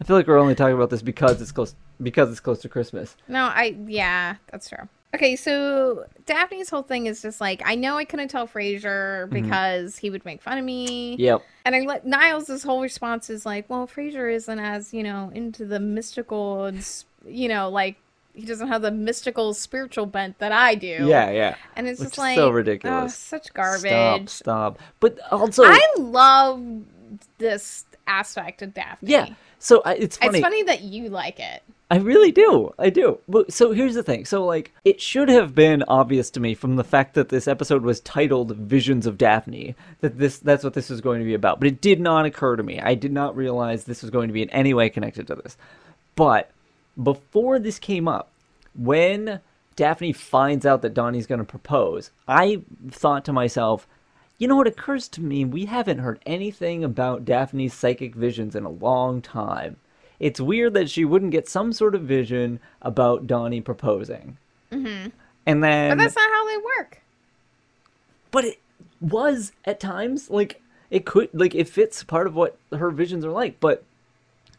A: I feel like we're only talking about this because it's close because it's close to Christmas.
B: No, I yeah, that's true. Okay, so Daphne's whole thing is just like I know I couldn't tell Frasier
A: Mm-hmm.
B: because he would make fun of me.
A: Yep.
B: And I let Niles' whole response is like, well, Frasier isn't as, you know, into the mystical and, s- you know, like, he doesn't have the mystical spiritual bent that I do.
A: Yeah, yeah.
B: And it's
A: Which
B: just
A: is
B: like,
A: so
B: oh,
A: ridiculous.
B: such
A: Stop,
B: garbage.
A: stop. But also,
B: I love this aspect of Daphne.
A: yeah. So I, it's funny.
B: It's funny that you like it.
A: I really do. I do. But so here's the thing. So like it should have been obvious to me from the fact that this episode was titled Visions of Daphne that this that's what this was going to be about. But it did not occur to me. I did not realize this was going to be in any way connected to this. But before this came up, when Daphne finds out that Donnie's going to propose, I thought to myself, you know what occurs to me? We haven't heard anything about Daphne's psychic visions in a long time. It's weird that she wouldn't get some sort of vision about Donnie proposing. Mm-hmm. And then,
B: But that's not how they work.
A: but it was at times like it could like it fits part of what her visions are like but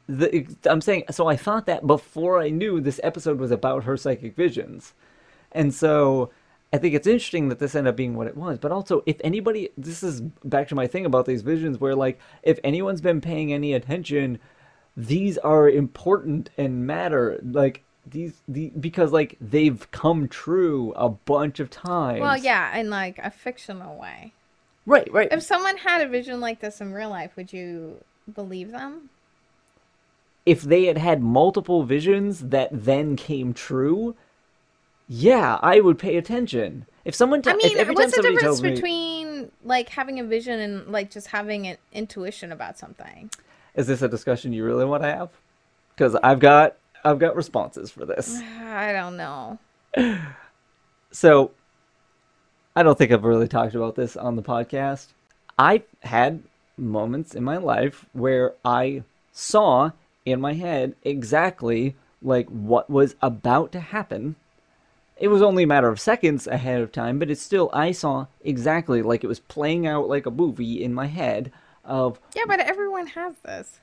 A: the i'm saying so i thought that before i knew this episode was about her psychic visions and so i think it's interesting that this ended up being what it was but also if anybody this is back to my thing about these visions where like if anyone's been paying any attention these are important and matter like these the because like they've come true a bunch of times
B: Well, yeah, in like a fictional way.
A: right right
B: If someone had a vision like this in real life, would you believe them?
A: if they had had multiple visions that then came true, yeah, I would pay attention. If someone, t-
B: I mean,
A: if every time
B: what's the
A: somebody
B: difference
A: tells me,
B: between like having a vision and like just having an intuition about something?
A: is this a discussion you really want to have? Because I've got, I've got responses for this.
B: I don't know.
A: So, I don't think I've really talked about this on the podcast. I had moments in my life where I saw in my head exactly like what was about to happen. It was only a matter of seconds ahead of time, but it's still I saw exactly like it was playing out like a movie in my head of
B: Yeah, but everyone has this.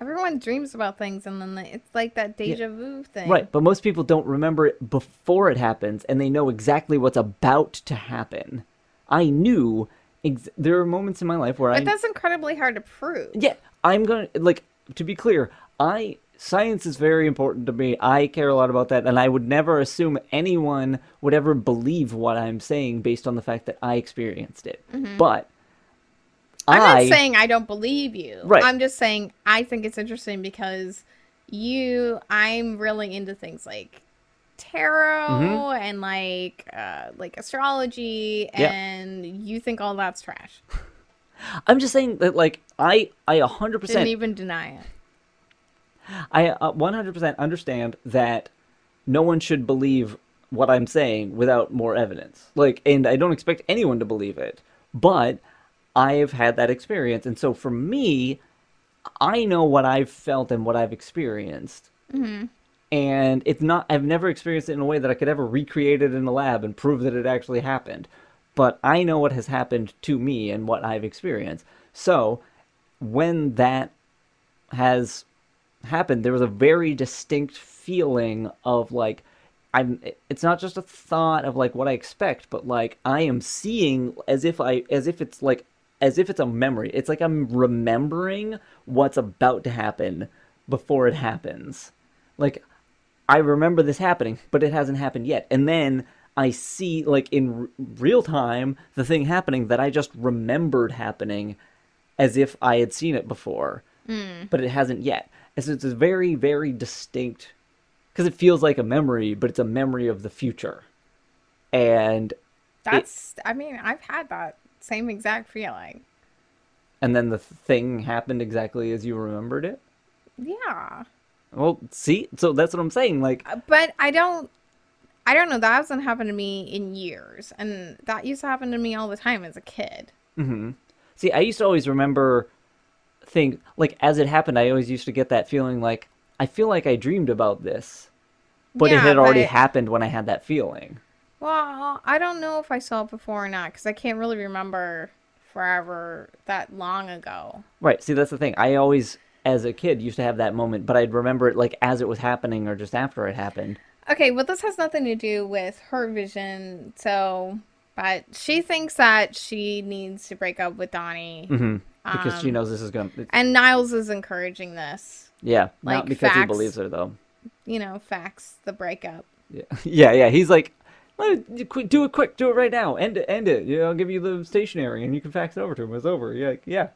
B: Everyone dreams about things, and then they, it's like that deja vu thing.
A: Right, but most people don't remember it before it happens, and they know exactly what's about to happen. I knew ex- there are moments in my life where
B: But
A: I
B: that's incredibly hard to prove.
A: yeah, I'm gonna like to be clear. I science is very important to me. I care a lot about that, and I would never assume anyone would ever believe what I'm saying based on the fact that I experienced it. But
B: Mm-hmm. I'm
A: I
B: not saying I don't believe you.
A: Right.
B: I'm just saying I think it's interesting because you, I'm really into things like tarot and like uh, like astrology,
A: Mm-hmm. Yeah.
B: and you think all that's trash.
A: I'm just saying that like I I 100
B: Didn't
A: percent
B: even deny it.
A: I uh, 100% understand that no one should believe what I'm saying without more evidence. Like, and I don't expect anyone to believe it, but I've had that experience. And so for me, I know what I've felt and what I've experienced. And it's not, I've never experienced it in a way that I could ever recreate it in a lab and prove that it actually happened. But I know what has happened to me and what I've experienced. So when that has happened, there was a very distinct feeling of like, I'm. It's not just a thought of like what I expect, but like I am seeing as if I as if it's like as if it's a memory. It's like I'm remembering what's about to happen before it happens. Like I remember this happening, but it hasn't happened yet. And then I see like in r- real time the thing happening that I just remembered happening as if I had seen it before, but it hasn't yet. And so it's a very, very distinct because it feels like a memory, but it's a memory of the future. And
B: That's, I mean, I've had that same exact feeling.
A: and then the thing happened exactly as you remembered it.
B: Yeah.
A: Well, see, so that's what I'm saying. Like,
B: Uh, But I don't, I don't know. That hasn't happened to me in years. And that used to happen to me all the time as a kid.
A: See, I used to always remember things like as it happened. I always used to get that feeling like I feel like I dreamed about this, but it
B: Yeah,
A: had already
B: but-
A: happened when I had that feeling.
B: Well, I don't know if I saw it before or not because I can't really remember forever that long ago.
A: Right. See, that's the thing. I always, as a kid, used to have that moment, but I'd remember it like as it was happening or just after it happened.
B: Okay, well, this has nothing to do with her vision. So, but she thinks that she needs to break up with Donnie.
A: hmm Because she
B: Um,
A: knows this is going to.
B: And Niles is encouraging this.
A: Yeah.
B: like,
A: not because he
B: facts.
A: believes her, though.
B: You know, facts the breakup.
A: Yeah. yeah. Yeah. He's like, "Let me- qu- do it quick. Do it right now. End it. End it. You know, I'll give you the stationery and you can fax it over to him. It's over. Yeah. Yeah.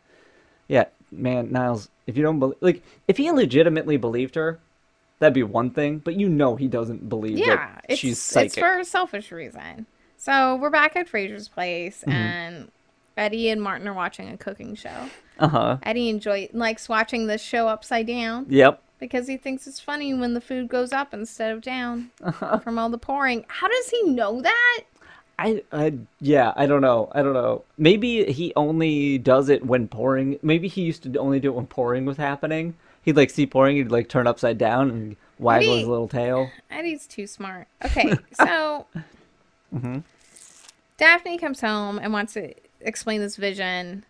A: Yeah. Man, Niles, if you don't believe, like, if he legitimately believed her, that'd be one thing, but you know he doesn't believe
B: Yeah,
A: that
B: it's,
A: she's
B: it's
A: psychic.
B: for a selfish reason. So we're back at Fraser's place,
A: Mm-hmm.
B: and Eddie and Martin are watching a cooking show.
A: Uh huh.
B: Eddie enjoy likes watching this show upside down.
A: Yep.
B: because he thinks it's funny when the food goes up instead of down
A: Uh-huh.
B: from all the pouring. How does he know that?
A: I, I, yeah, I don't know. I don't know. Maybe he only does it when pouring. Maybe he used to only do it when pouring was happening. He'd like see pouring, he'd like turn upside down and waggle his
B: Maybe-
A: little tail.
B: Eddie's too smart. Okay, so
A: Mm-hmm.
B: Daphne comes home and wants to explain this vision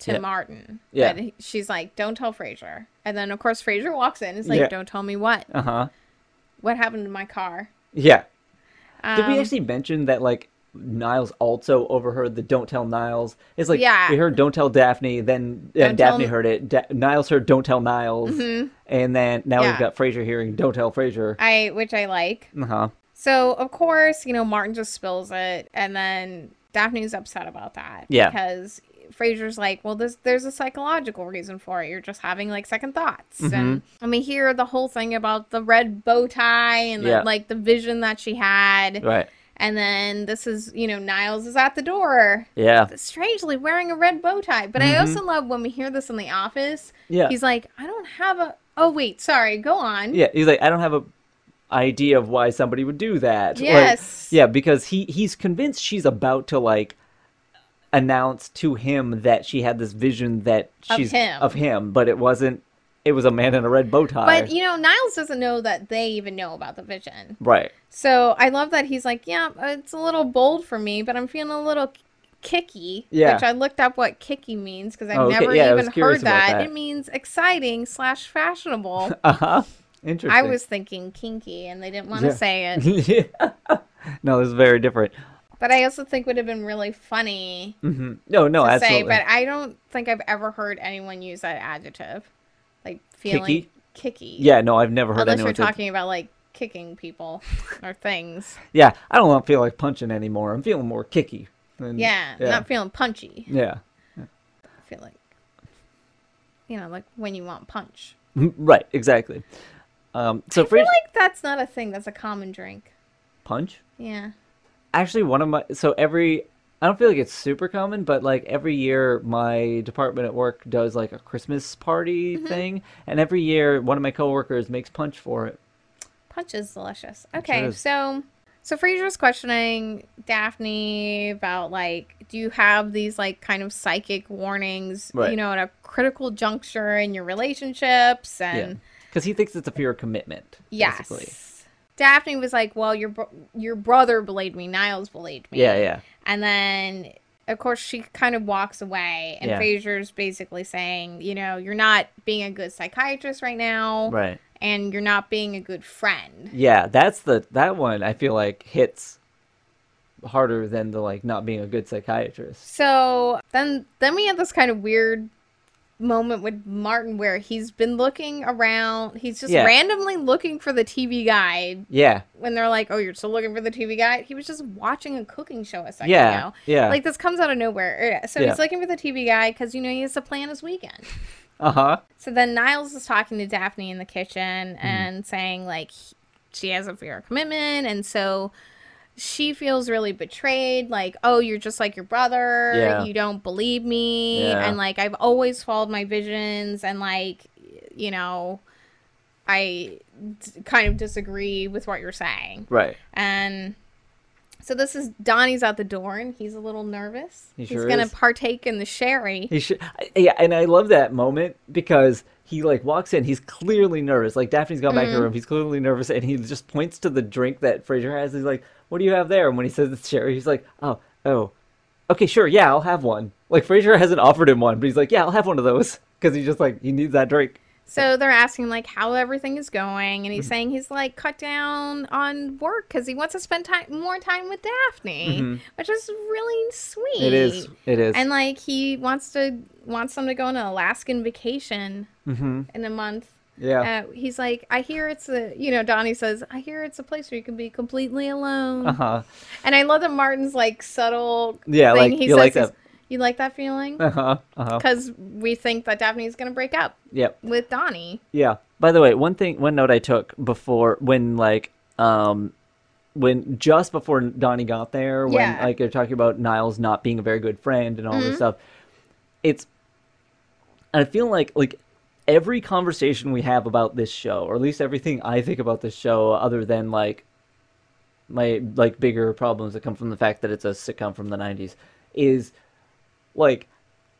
B: to
A: Yeah.
B: Martin.
A: Yeah.
B: But he- she's like, "Don't tell Fraser." And then of course Fraser walks in. and is like,
A: Yeah.
B: "Don't tell me what?
A: Uh huh.
B: What happened to my car?"
A: Yeah.
B: Um,
A: Did we actually mention that like Niles also overheard the "Don't tell Niles"? It's like
B: Yeah.
A: we heard "Don't tell Daphne," then
B: Don't
A: and Daphne
B: tell- Mm-hmm.
A: heard it. Da- Niles heard "Don't tell Niles," and then now
B: Yeah.
A: we've got Fraser hearing "Don't tell Fraser."
B: I which I like.
A: Uh huh.
B: So of course, you know, Martin just spills it and then Daphne's upset about that.
A: Yeah.
B: Because Fraser's like, Well, this there's a psychological reason for it. You're just having like second thoughts. And
A: Mm-hmm.
B: and we hear the whole thing about the red bow tie and the,
A: Yeah.
B: like the vision that she had.
A: Right.
B: And then this is, you know, Niles is at the door.
A: Yeah.
B: Strangely wearing a red bow tie. But I also love when we hear this in the office.
A: Mm-hmm. Yeah.
B: He's like, I don't have a oh wait, sorry, go on.
A: Yeah, he's like, I don't have a idea of why somebody would do that. Like,
B: Yes.
A: yeah, because he he's convinced she's about to like announce to him that she had this vision that
B: Of
A: she's
B: him.
A: of him, but it wasn't. It was a man in a red bow tie.
B: But you know, Niles doesn't know that they even know about the vision.
A: right.
B: So I love that he's like, yeah, it's a little bold for me, but I'm feeling a little Kiki,
A: Yeah.
B: which I looked up what Kiki means because I've
A: Oh, okay.
B: never
A: Yeah, I was
B: even
A: curious
B: heard
A: about
B: that.
A: that.
B: It means exciting slash fashionable.
A: Uh huh. Interesting.
B: I was thinking kinky, and they didn't want to
A: Yeah.
B: say it.
A: no, this is very different.
B: But I also think would have been really funny
A: hmm No, no,
B: to
A: absolutely.
B: say. But I don't think I've ever heard anyone use that adjective, like feeling kicky.
A: yeah, no, I've never heard
B: unless
A: anyone
B: you're
A: say.
B: talking about like kicking people or things.
A: Yeah, I don't want to feel like punching anymore. I'm feeling more kicky. than-
B: Yeah,
A: yeah,
B: not feeling punchy.
A: yeah.
B: I feel like, you know, like when you want punch.
A: Mm, right, exactly. Um, so
B: I feel
A: Frasier-
B: like that's not a thing. That's a common drink.
A: punch.
B: Yeah.
A: actually one of my so every I don't feel like it's super common, but like every year my department at work does like a Christmas
B: Mm-hmm.
A: party thing, and every year one of my coworkers makes punch for it.
B: Punch is delicious. Okay,
A: is.
B: so so Frasier's questioning Daphne about like, do you have these like kind of psychic warnings,
A: Right.
B: you know, at a critical juncture in your relationships
A: Yeah,
B: and
A: because he thinks it's a fear of commitment.
B: yes.
A: basically.
B: Daphne was like, "Well, your bro- your brother belayed me. Niles belayed me."
A: Yeah, yeah,
B: And then, of course, she kind of walks away, and
A: Yeah.
B: Frasier's basically saying, "You know, you're not being a good psychiatrist right now,
A: right.
B: and you're not being a good friend."
A: Yeah, that's the that one I feel like hits harder than the like not being a good psychiatrist.
B: So then then we had this kind of weird moment with Martin where he's been looking around. He's just
A: Yeah.
B: randomly looking for the TV guide
A: Yeah,
B: when they're like, "Oh, you're still looking for the TV guide." He was just watching a cooking show a second
A: yeah,
B: ago.
A: yeah.
B: Like this comes out of nowhere. Uh, So
A: Yeah.
B: he's looking for the TV guide because you know he has to plan his weekend.
A: uh huh.
B: So then Niles is talking to Daphne in the kitchen
A: Hmm.
B: and saying like he- she has a fear of commitment and so she feels really betrayed like oh you're just like your brother
A: Yeah.
B: you don't believe me
A: Yeah.
B: and like I've always followed my visions and like you know I d- kind of disagree with what you're saying
A: Right.
B: and so this is Donnie's out the door and he's a little nervous
A: He
B: he's
A: sure
B: gonna
A: is.
B: partake in the sherry
A: He should, I- yeah, and I love that moment because he like walks in. He's clearly nervous. Like Daphne's gone
B: Mm-hmm.
A: back to her room. He's clearly nervous, and he just points to the drink that Fraser has. He's like, "What do you have there?" And when he says it's sherry, he's like, "Oh, oh, okay, sure, yeah, I'll have one." Like Fraser hasn't offered him one, but he's like, "Yeah, I'll have one of those," because he just like he needs that drink.
B: So they're asking like how everything is going, and
A: Mm-hmm.
B: he's saying he's like cut down on work because he wants to spend time more time with Daphne,
A: Mhm.
B: which is really sweet.
A: It is. It is.
B: and like he wants to wants them to go on an Alaskan vacation
A: mm-hmm.
B: in a month.
A: Yeah.
B: Uh, he's like, I hear it's a you know Donnie says I hear it's a place where you can be completely alone,
A: Uh huh.
B: and I love that Martin's like subtle
A: Yeah,
B: thing.
A: like,
B: he
A: you like
B: says,
A: that.
B: you like that feeling
A: Uh huh. Uh huh.
B: because we think that Daphne's gonna break up
A: Yep.
B: with Donnie.
A: Yeah. By the way, one thing, one note I took before when like um when just before Donnie got there, when
B: Yeah.
A: like they're talking about Niles not being a very good friend and all this stuff, it's I feel like like every conversation we have about this show, or at least everything I think about this show, other than like my like bigger problems that come from the fact that it's a sitcom from the '90s, is like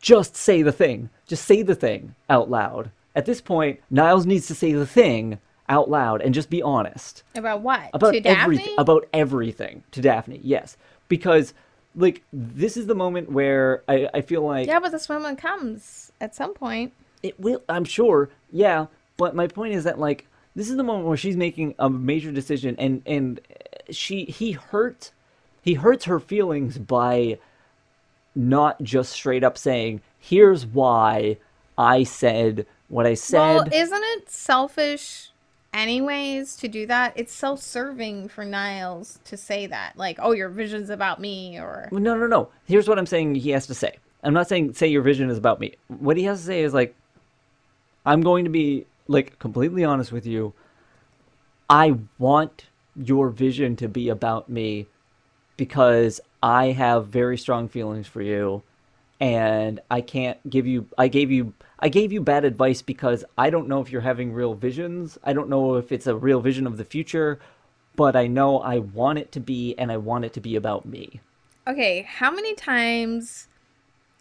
A: just say the thing. Just say the thing out loud. At this point, Niles needs to say the thing out loud and just be honest
B: About what?
A: about
B: to Daphne?
A: everything about everything to Daphne. Yes, because like this is the moment where I, I feel like
B: Yeah, but this woman comes at some point.
A: it will i'm sure yeah but my point is that like this is the moment where she's making a major decision and and she he hurt he hurts her feelings by not just straight up saying here's why i said what i
B: Well,
A: said
B: isn't it selfish, anyways, to do that? It's self serving for Niles to say that. Like, oh, your vision's about me, or.
A: Well, No, no, no. Here's what I'm saying he has to say. I'm not saying say your vision is about me. What he has to say is like I'm going to be like completely honest with you. I want your vision to be about me because I have very strong feelings for you and I can't give you I gave you I gave you bad advice because I don't know if you're having real visions. I don't know if it's a real vision of the future, but I know I want it to be and I want it to be about me.
B: Okay, how many times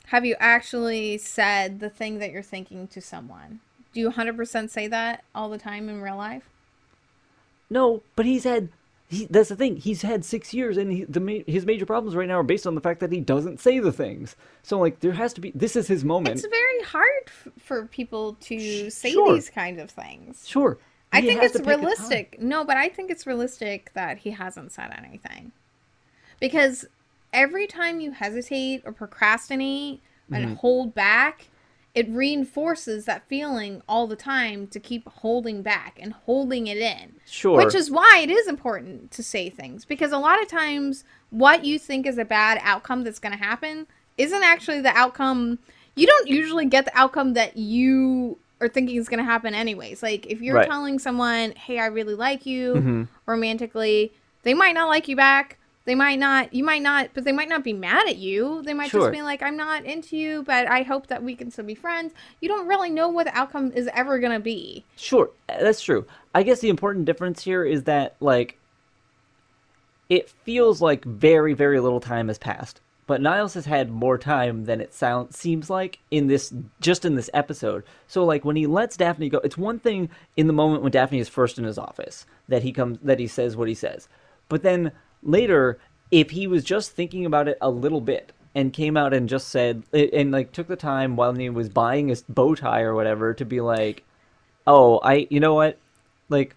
B: have you actually said the thing that you're thinking to someone? Do you 100% say that all the time in real life?
A: No, but he said He, that's the thing. He's had six years, and he, the ma- his major problems right now are based on the fact that he doesn't say the things. So like, there has to be. This is his moment.
B: It's very hard f- for people to say
A: sure.
B: these kinds of things.
A: sure.
B: I
A: he
B: think
A: has
B: it's
A: to pick a time.
B: realistic. No, but I think it's realistic that he hasn't said anything. Because every time you hesitate or procrastinate
A: Mm-hmm.
B: and hold back, it reinforces that feeling all the time to keep holding back and holding it in.
A: Sure.
B: Which is why it is important to say things because a lot of times what you think is a bad outcome that's going to happen isn't actually the outcome. You don't usually get the outcome that you are thinking is going to happen, anyways. Like if you're
A: Right.
B: telling someone, hey, I really like you
A: Mhm.
B: romantically, they might not like you back. They might not, you might not, but they might not be mad at you. They might
A: Sure.
B: just be like, I'm not into you, but I hope that we can still be friends. You don't really know what the outcome is ever going to be.
A: Sure, uh, that's true. I guess the important difference here is that like it feels like very very little time has passed, but Niles has had more time than it sounds seems like in this just in this episode. So like when he lets Daphne go, it's one thing in the moment when Daphne is first in his office that he comes that he says what he says. But then later if he was just thinking about it a little bit and came out and just said and like took the time while he was buying his bow tie or whatever to be like oh i you know what like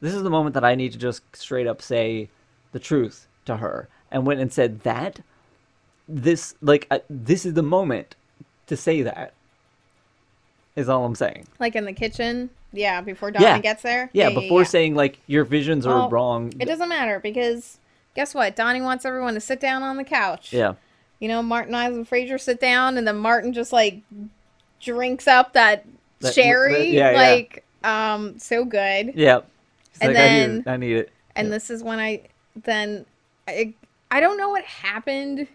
A: this is the moment that i need to just straight up say the truth to her and went and said that this like uh, this is the moment to say that is all i'm saying
B: Like in the kitchen. Yeah, before Donna
A: Yeah.
B: gets there.
A: yeah, before
B: yeah.
A: saying like your visions are
B: Well,
A: wrong
B: It doesn't matter because guess what? Donnie wants everyone to sit down on the couch.
A: yeah
B: You know, Martin, Ives, and Fraser sit down, and then Martin just like drinks up that,
A: That-
B: sherry.
A: that- yeah, yeah.
B: like, um, so good.
A: yeah It's
B: And
A: like, I need
B: then-
A: it, I need it.
B: And
A: Yeah.
B: this is when I then I, I don't know what happened,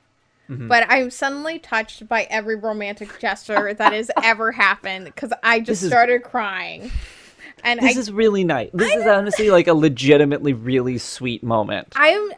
A: Mm-hmm.
B: but I'm suddenly touched by every romantic gesture that has ever happened because I just
A: This is-
B: started crying. And I
A: This is really nice. This is honestly like a legitimately really sweet moment.
B: I'm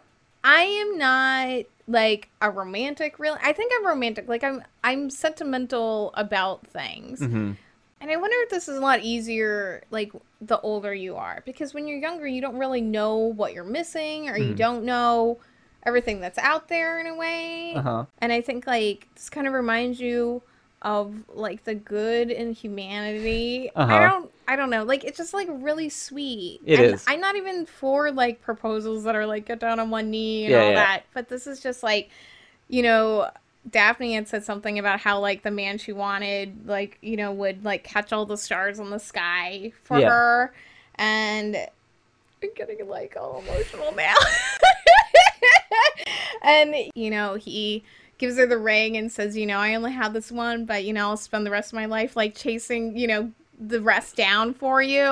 B: I am not like a romantic really I think I'm romantic. Like I'm I'm sentimental about things.
A: Mhm.
B: And I wonder if this is a lot easier like the older you are because when you're younger you don't really know what you're missing or you don't know everything that's out there in a way.
A: Uh-huh.
B: And I think like this kind of reminds you of like the good in humanity.
A: Uh-huh.
B: I don't I don't know. Like it's just like really sweet.
A: It
B: and
A: is.
B: I'm not even for like proposals that are like get down on one knee and
A: Yeah,
B: all
A: yeah.
B: that. But this is just like, you know, Daphne had said something about how like the man she wanted, like, you know, would like catch all the stars in the sky for
A: Yeah.
B: her. And I'm getting like all emotional now. and you know, he gives her the ring and says, you know, I only have this one, but you know, I'll spend the rest of my life like chasing, you know, the rest down for you.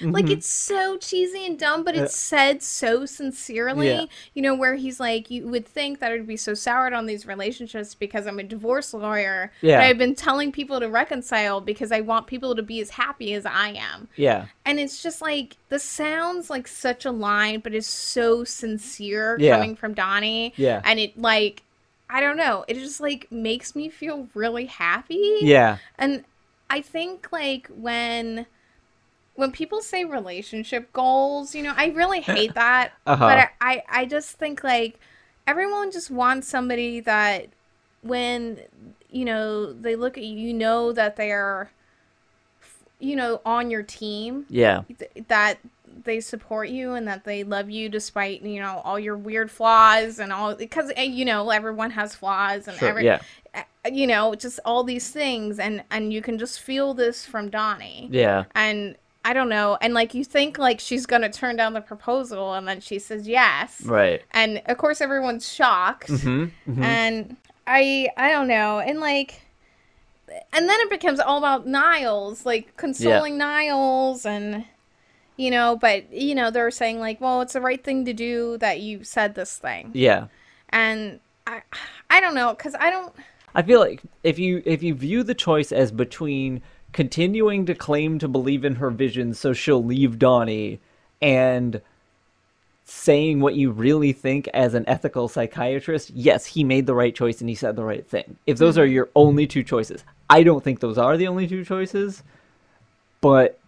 B: Like
A: Mhm.
B: it's so cheesy and dumb, but
A: Yeah.
B: it's said so sincerely.
A: Yeah.
B: You know, where he's like, you would think that I'd be so soured on these relationships because I'm a divorce lawyer.
A: Yeah.
B: But I've been telling people to reconcile because I want people to be as happy as I am.
A: Yeah.
B: And it's just like this sounds like such a line, but it's so sincere
A: Yeah.
B: coming from Donnie.
A: Yeah.
B: And it like I don't know, it just like makes me feel really happy.
A: Yeah.
B: And I think like when when people say relationship goals, you know, I really hate that.
A: Uh-huh.
B: But I, I I just think like everyone just wants somebody that when you know they look at you, you know that they're you know on your team
A: Yeah.
B: th- that they support you and that they love you despite you know all your weird flaws and all because you know everyone has flaws and
A: Sure.
B: every
A: yeah.
B: uh, you know just all these things and and you can just feel this from donnie
A: Yeah.
B: and i don't know and like you think like she's gonna turn down the proposal and then she says yes
A: Right.
B: and of course everyone's shocked
A: hmm
B: and i i don't know and like and then it becomes all about niles like consoling niles and you know but you know they're saying like well it's the right thing to do that you said this thing
A: Yeah.
B: and i i don't know because i don't
A: I feel like if you if you view the choice as between continuing to claim to believe in her vision so she'll leave Donnie and saying what you really think as an ethical psychiatrist, yes, he made the right choice and he said the right thing. If those are your only two choices, I don't think those are the only two choices, but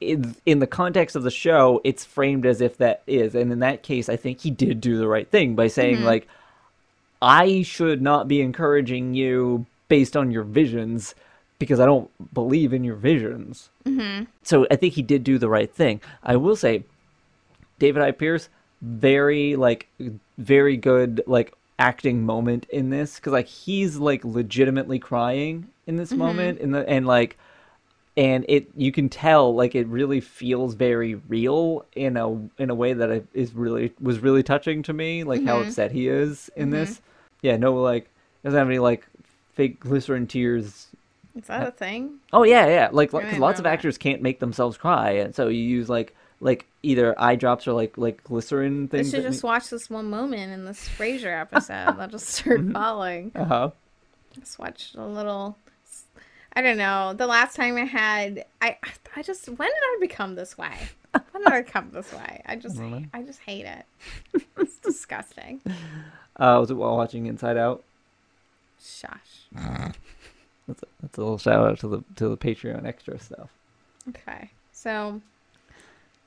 A: in, in the context of the show, it's framed as if that is. And in that case, I think he did do the right thing by saying, like, I should not be encouraging you based on your visions because I don't believe in your visions. So I think he did do the right thing. I will say, David I. Pierce, very like very good like acting moment in this because like he's like legitimately crying in this moment in the and like and it you can tell like it really feels very real in a in a way that I- is really was really touching to me like how upset he is in this yeah no like doesn't have any like fake glycerin tears
B: Is that a thing?
A: Oh yeah, yeah. Like lo-
B: I
A: 'cause
B: didn't
A: lots of
B: know that.
A: actors can't make themselves cry, and so you use like like either eye drops or like like glycerin
B: I
A: things.
B: should just watch this one moment in this Frasier episode. I'll just start falling.
A: Uh huh.
B: Just watch a little. I don't know. The last time I had, I I just when did I become this way? When did I come this way? I just
A: don't know.
B: I just hate it. It's disgusting.
A: Uh, was it while watching Inside Out?
B: Shush.
A: That's a, that's a little shout out to the to the Patreon extra stuff.
B: Okay. So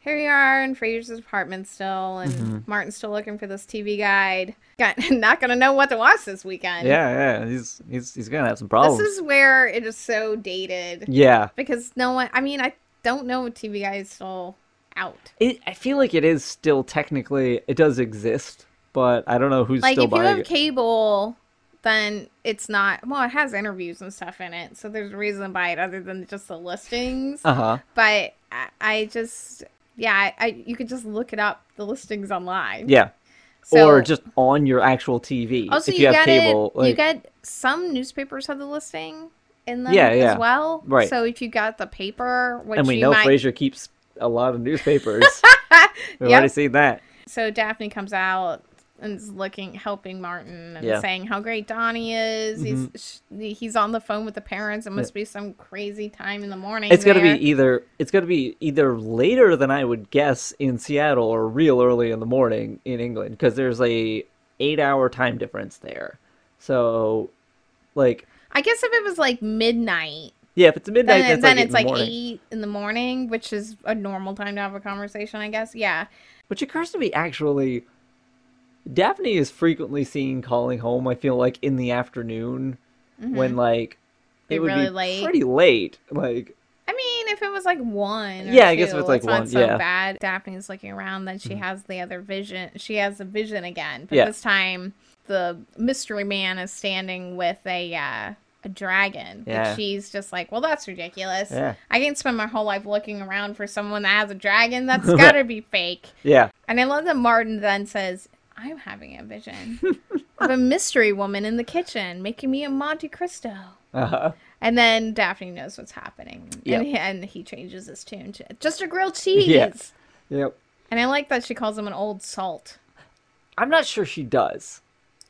B: here we are in Fraser's apartment still, and
A: Mm-hmm.
B: Martin's still looking for this TV guide. Got, not going to know what to watch this weekend.
A: Yeah, yeah. He's he's he's gonna have some
B: This
A: problems.
B: is where it is so dated
A: Yeah.
B: because no one, I mean, I don't know if TV guide is still out.
A: It, I feel like it is still technically it does exist, but I don't know who's
B: Like,
A: still
B: if you
A: buying
B: have
A: it.
B: cable, then it's not, well, it has interviews and stuff in it. So there's a reason to buy it other than just the listings.
A: Uh huh.
B: But I, I just, yeah, I, I you could just look it up, the listings online.
A: Yeah.
B: So-
A: or just on your actual TV
B: Also,
A: if
B: you,
A: you, have
B: get
A: cable.
B: it. you
A: like-
B: get some newspapers have the listing in them
A: Yeah, yeah.
B: as well.
A: Right.
B: So if you got the paper, which
A: and we
B: you
A: know
B: might,
A: Frasier keeps a lot of newspapers. We've
B: Yep.
A: already seen that.
B: So Daphne comes out and is looking, helping Martin and
A: Yeah.
B: saying how great Donnie is. He's sh- he's on the phone with the parents. It must be some crazy time in the morning.
A: It's gonna
B: there.
A: be either it's gonna be either later than I would guess in Seattle or real early in the morning in England because there's a eight hour time difference there. So, like,
B: I guess if it was like midnight,
A: yeah, if it's midnight, that's
B: then, then
A: like eight
B: it's like
A: in the morning.
B: eight in the morning, which is a normal time to have a conversation. I guess. Yeah.
A: Which occurs to me actually, Daphne is frequently seen calling home. I feel like in the afternoon when like
B: Mm-hmm. Be
A: it would
B: really
A: be
B: late.
A: pretty late. Like,
B: I mean, if it was like one. or
A: Yeah, I guess if
B: two,
A: it's, like, one,
B: not so
A: yeah. Mm-hmm.
B: bad. Daphne's looking around, then she has the other vision. She has a vision again, but
A: Yeah.
B: this time the mystery man is standing with a uh, a dragon.
A: Yeah.
B: But she's just like, well, that's ridiculous.
A: Yeah.
B: I can spend my whole life looking around for someone that has a dragon. That's gotta be fake.
A: yeah,
B: And I love that Martin then says, I'm having a vision of a mystery woman in the kitchen making me a Monte Cristo.
A: uh-huh.
B: And then Daphne knows what's happening.
A: Yep.
B: And, he, and he changes his tune to just a grilled cheese.
A: Yes. yep.
B: And I like that she calls him an old salt.
A: I'm not sure she does.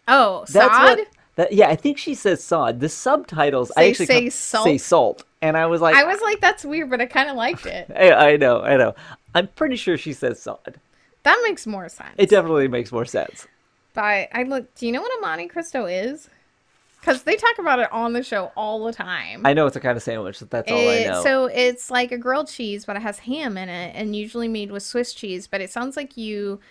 B: Oh,
A: That's
B: sod?
A: what. That, yeah, I think she says sod. The subtitles I
B: Say-
A: actually
B: say
A: ca-
B: salt.
A: say salt, and I was like,
B: I was like, that's weird, but I kind of liked it.
A: I, I know, I know. I'm pretty sure she says sod.
B: That makes more sense.
A: It definitely makes more sense.
B: But I look, do you know what a Monte Cristo is? Because they talk about it on the show all the time.
A: I know it's a kind of sandwich. So that's all I
B: It-
A: know.
B: So it's like a grilled cheese, but it has ham in it, and usually made with Swiss cheese. But it sounds like you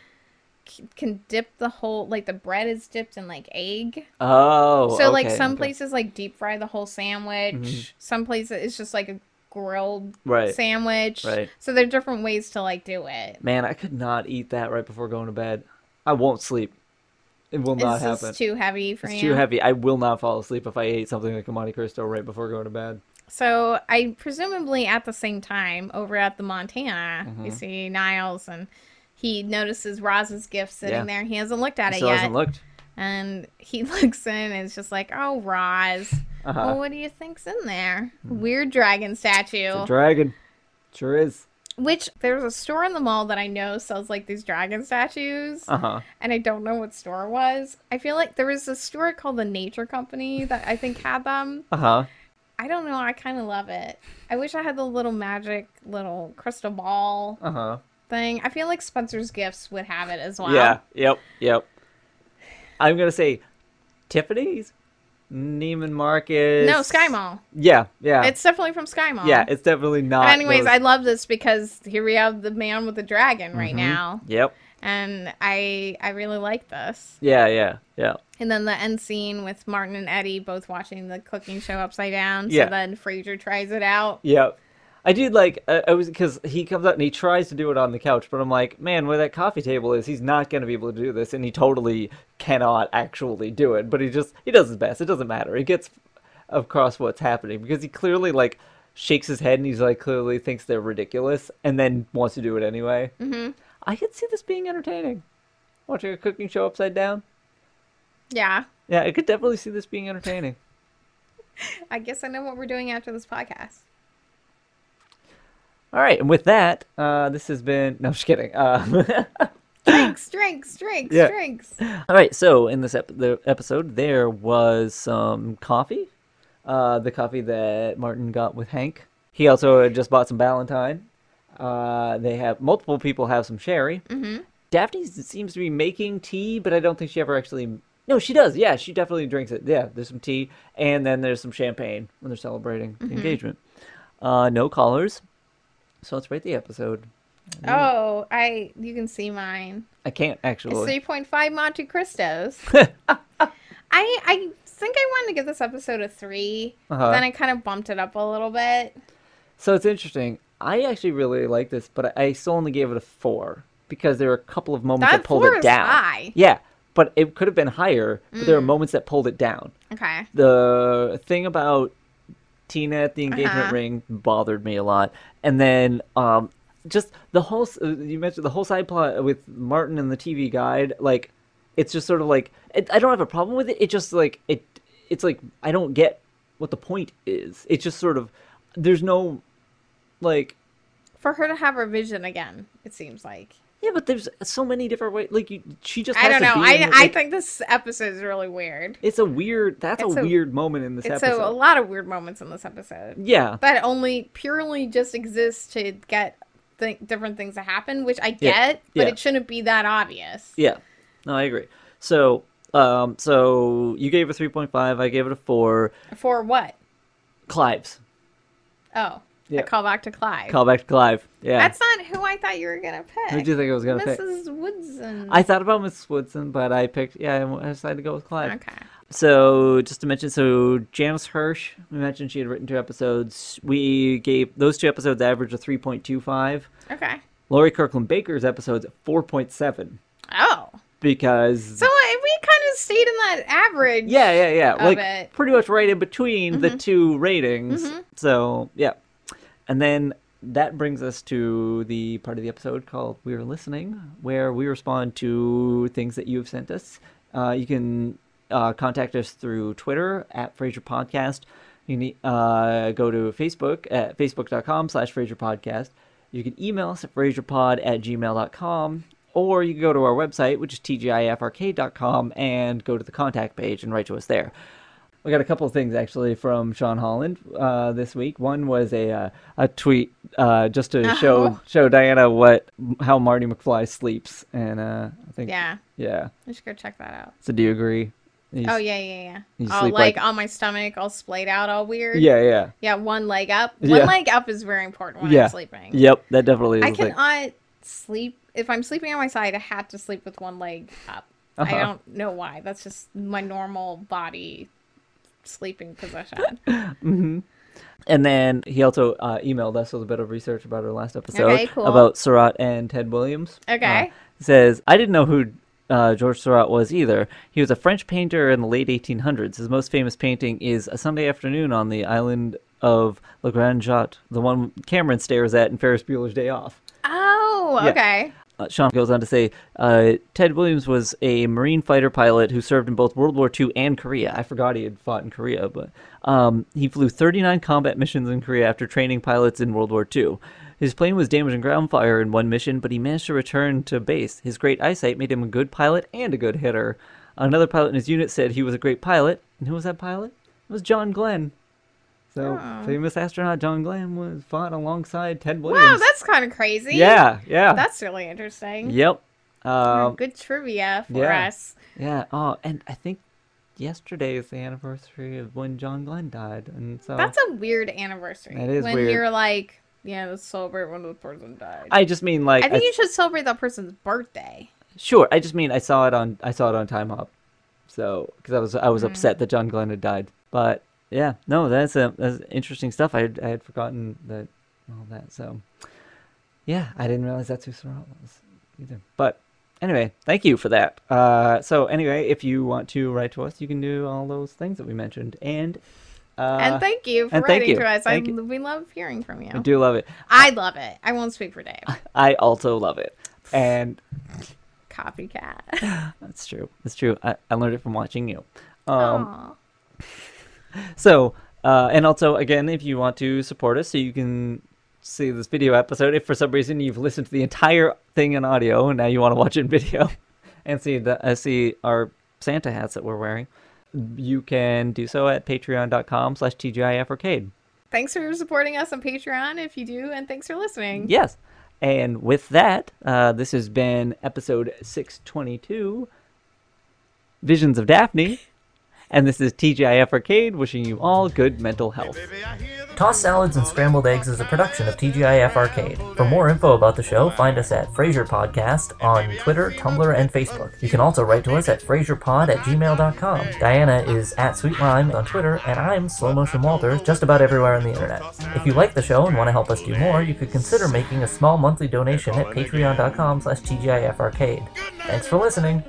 B: c- can dip the whole, like the bread is dipped in like egg.
A: oh,
B: So like
A: okay, okay.
B: some
A: Mm-hmm.
B: places like deep fry the whole sandwich. Some places it's just like a grilled
A: Right.
B: sandwich.
A: Right.
B: So there are different ways to like do it.
A: Man, I could not eat that right before going to bed. I won't sleep. It will not
B: It's
A: happen.
B: just too heavy for
A: it's
B: you.
A: too heavy. I will not fall asleep if I ate something like a Monte Cristo right before going to bed.
B: So I presumably at the same time over at the Montana,
A: Mm-hmm.
B: you see Niles and he notices Roz's gift sitting
A: Yeah.
B: there. He hasn't looked at
A: I
B: it
A: still
B: yet.
A: hasn't looked.
B: and he looks in and it's just like, Oh Roz.
A: Uh-huh.
B: Well, what do you think's in there?
A: Hmm.
B: Weird dragon statue.
A: The dragon sure is.
B: Which there's a store in the mall that I know sells like these dragon statues,
A: Uh huh.
B: and I don't know what store it was. I feel like there was a store called the Nature Company that I think had them.
A: Uh huh.
B: I don't know. I kind of love it. I wish I had the little magic little crystal ball
A: Uh huh.
B: thing. I feel like Spencer's Gifts would have it as well.
A: Yeah. Yep. Yep. I'm gonna say Tiffany's Neiman Marcus.
B: no, Sky Mall.
A: Yeah, yeah,
B: It's definitely from Sky Mall.
A: yeah. It's definitely not.
B: Anyways,
A: those-
B: I love this because here we have the man with the dragon right
A: Mhm.
B: now,
A: Yep.
B: and I I really like this.
A: Yeah, yeah, yeah.
B: And then the end scene with Martin and Eddie both watching the cooking show upside down.
A: Yeah.
B: So then Fraser tries it out.
A: Yeah. I did like I, I was because he comes out and he tries to do it on the couch, but I'm like, man, where that coffee table is, he's not going to be able to do this, and he totally cannot actually do it. But he just he does his best. It doesn't matter. He gets across what's happening because he clearly like shakes his head and he's like clearly thinks they're ridiculous, and then wants to do it anyway.
B: hmm
A: I could see this being entertaining, watching a cooking show upside down.
B: Yeah.
A: Yeah, I could definitely see this being entertaining.
B: I guess I know what we're doing after this podcast.
A: All right, and with that, uh, this has been no, I'm just kidding. Uh,
B: Drinks, drinks, drinks,
A: Yeah. Mm.
B: drinks.
A: All right, so in this ep- the episode, there was some coffee, uh, the coffee that Martin got with Hank. He also had just bought some Valentine. Uh, they have multiple people have some sherry.
B: hmm
A: Daphne s- seems to be making tea, but I don't think she ever actually. No, she does. Yeah, she definitely drinks it. Yeah, there's some tea, and then there's some champagne when they're celebrating the engagement. Uh, no callers, so let's rate the episode.
B: Oh, I you can see mine.
A: I can't
B: It's
A: actually.
B: three point five Monte Cristos. I I think I wanted to give this episode a 3
A: Uh-huh.
B: Then I kind of bumped it up a little bit.
A: So it's interesting. I actually really like this, but I still only gave it a four because there were a couple of moments that,
B: That
A: pulled
B: four
A: it
B: is
A: down.
B: high. Mm.
A: Yeah, but it could have been higher. But there were moments that pulled it down.
B: Okay.
A: The thing about Tina at the engagement
B: Uh-huh.
A: ring bothered me a lot, and then um, just the whole s- you mentioned the whole side plot with Martin and the TV guide. Like, it's just sort of like it, I don't have a problem with it. It just like it. It's like I don't get what the point is. It's just sort of there's no like
B: For her to have her vision again, it seems like.
A: yeah, but there's so many different ways. Like you, she just
B: I
A: has
B: don't know.
A: to be
B: I
A: in it,
B: I
A: like,
B: think this episode is really weird.
A: it's a weird. That's a,
B: It's a-
A: weird moment in this
B: It's
A: episode.
B: a, a lot of weird moments in this episode
A: yeah,
B: that only purely just exists to get th- different things to happen, which I
A: Yeah.
B: get, but
A: Yeah.
B: it shouldn't be that obvious.
A: Yeah. No, I agree. So, um, so you gave it three point five. I gave it a four.
B: For what?
A: Clive's
B: Oh,
A: Yeah.
B: a callback to Clive.
A: callback to Clive. Yeah.
B: That's not who I thought you were gonna pick.
A: Who do you think I was gonna pick?
B: Mrs. Woodson.
A: I thought about Miss Woodson, but I picked. Yeah, I decided to go with Clive.
B: okay.
A: So just to mention, so Janice Hirsch, we mentioned she had written two episodes. We gave those two episodes average of three point two five.
B: Okay.
A: Lori Kirkland Baker's episodes four point seven
B: Oh,
A: because
B: so uh, we kind of stayed in that average.
A: yeah, yeah, yeah,
B: of
A: like
B: it. Mm-hmm.
A: pretty much right in between the two ratings.
B: Mhm.
A: So yeah, and then that brings us to the part of the episode called "We Are Listening," where we respond to things that you've sent us. Uh, you can uh, contact us through Twitter at Fraser Podcast. You can uh, go to Facebook at facebook.com slash Fraser Podcast. You can email us at FraserPod at gmail.com, or you can go to our website, which is tgifrk.com, and go to the contact page and write to us there. We got a couple of things actually from Sean Holland uh, this week. One was a uh, a tweet uh, just to show
B: Oh.
A: show Diana what how Marty McFly sleeps, and uh, I think
B: Yeah.
A: yeah.
B: We should go check that out.
A: So do you agree? He's-
B: oh yeah, yeah, yeah.
A: you
B: Oh,
A: sleep,
B: like,
A: like-
B: on my stomach, all splayed out, all weird.
A: yeah, yeah,
B: Yeah, one leg up. One
A: Yeah.
B: leg up is very important when
A: Yeah.
B: I'm sleeping.
A: yep. That definitely is
B: I
A: a thing.
B: cannot sleep if I'm sleeping on my side. I have to sleep with one leg up.
A: Uh-huh.
B: I don't know why. That's just my normal body sleeping position.
A: And then he also uh, emailed us with a bit of research about our last episode
B: Okay, cool.
A: about Surratt and Ted Williams.
B: Okay.
A: Uh, he says, I didn't know who uh, George Surratt was either. He was a French painter in the late 1800s. His most famous painting is A Sunday Afternoon on the island of La Grande Jatte, the one Cameron stares at in Ferris Bueller's Day Off.
B: oh,
A: Yeah.
B: okay.
A: Uh, Sean goes on to say, uh, Ted Williams was a Marine fighter pilot who served in both World War II and Korea. I forgot he had fought in Korea, but um, he flew 39 combat missions in Korea after training pilots in World War II. His plane was damaged in ground fire in one mission, but he managed to return to base. His great eyesight made him a good pilot and a good hitter. Another pilot in his unit said he was a great pilot. And who was that pilot? It was John Glenn. So,
B: Oh.
A: famous astronaut John Glenn was fought alongside Ted
B: Wow,
A: Williams.
B: that's kind of crazy.
A: yeah, yeah.
B: That's really interesting.
A: Yep.
B: Oh,
A: Um,
B: good trivia for
A: yeah.
B: us.
A: yeah. Oh, and I think yesterday is the anniversary of when John Glenn died, and so
B: That's a weird anniversary.
A: Uh, That is
B: when
A: weird.
B: you're like, yeah, let's celebrate when the person died. I,
A: I just mean like
B: think
A: I-
B: you should celebrate that person's birthday.
A: sure. I just mean I saw it on I saw it on Time Hop, so because I was I
B: Mm.
A: was upset that John Glenn had died. But yeah, no, that's a, that's interesting stuff. I had, I had forgotten that all that. So yeah, I didn't realize that's who Sarah was either. But anyway, thank you for that. Uh, so anyway, if you want to write to us, you can do all those things that we mentioned, and uh,
B: and thank you for
A: and thank
B: writing
A: you.
B: to us. I,
A: Thank you.
B: we love hearing from you.
A: I do love it.
B: I love it. I won't speak for Dave.
A: I also love it, and
B: Copycat.
A: that's true. That's true. I, I learned it from watching you. Um,
B: Um,
A: So, uh, and also, again, if you want to support us, so you can see this video episode. If for some reason you've listened to the entire thing in audio and now you want to watch it in video and see the uh, see our Santa hats that we're wearing, you can do so at patreon.com slash TGIF arcade.
B: thanks for supporting us on Patreon if you do, and thanks for listening.
A: Yes. And with that, uh, this has been episode 622 Visions of Daphne. And this is TGIF Arcade wishing you all good mental health.
C: Tossed Salads and Scrambled Eggs is a production of TGIF Arcade. For more info about the show, find us at Fraser Podcast on Twitter, Tumblr, and Facebook. You can also write to us at FraserPod at gmail.com. Diana is at SweetLime on Twitter, and I'm Slow Motion Walter just about everywhere on the internet. If you like the show and want to help us do more, you could consider making a small monthly donation at patreon.com slash TGIF Arcade. Thanks for listening!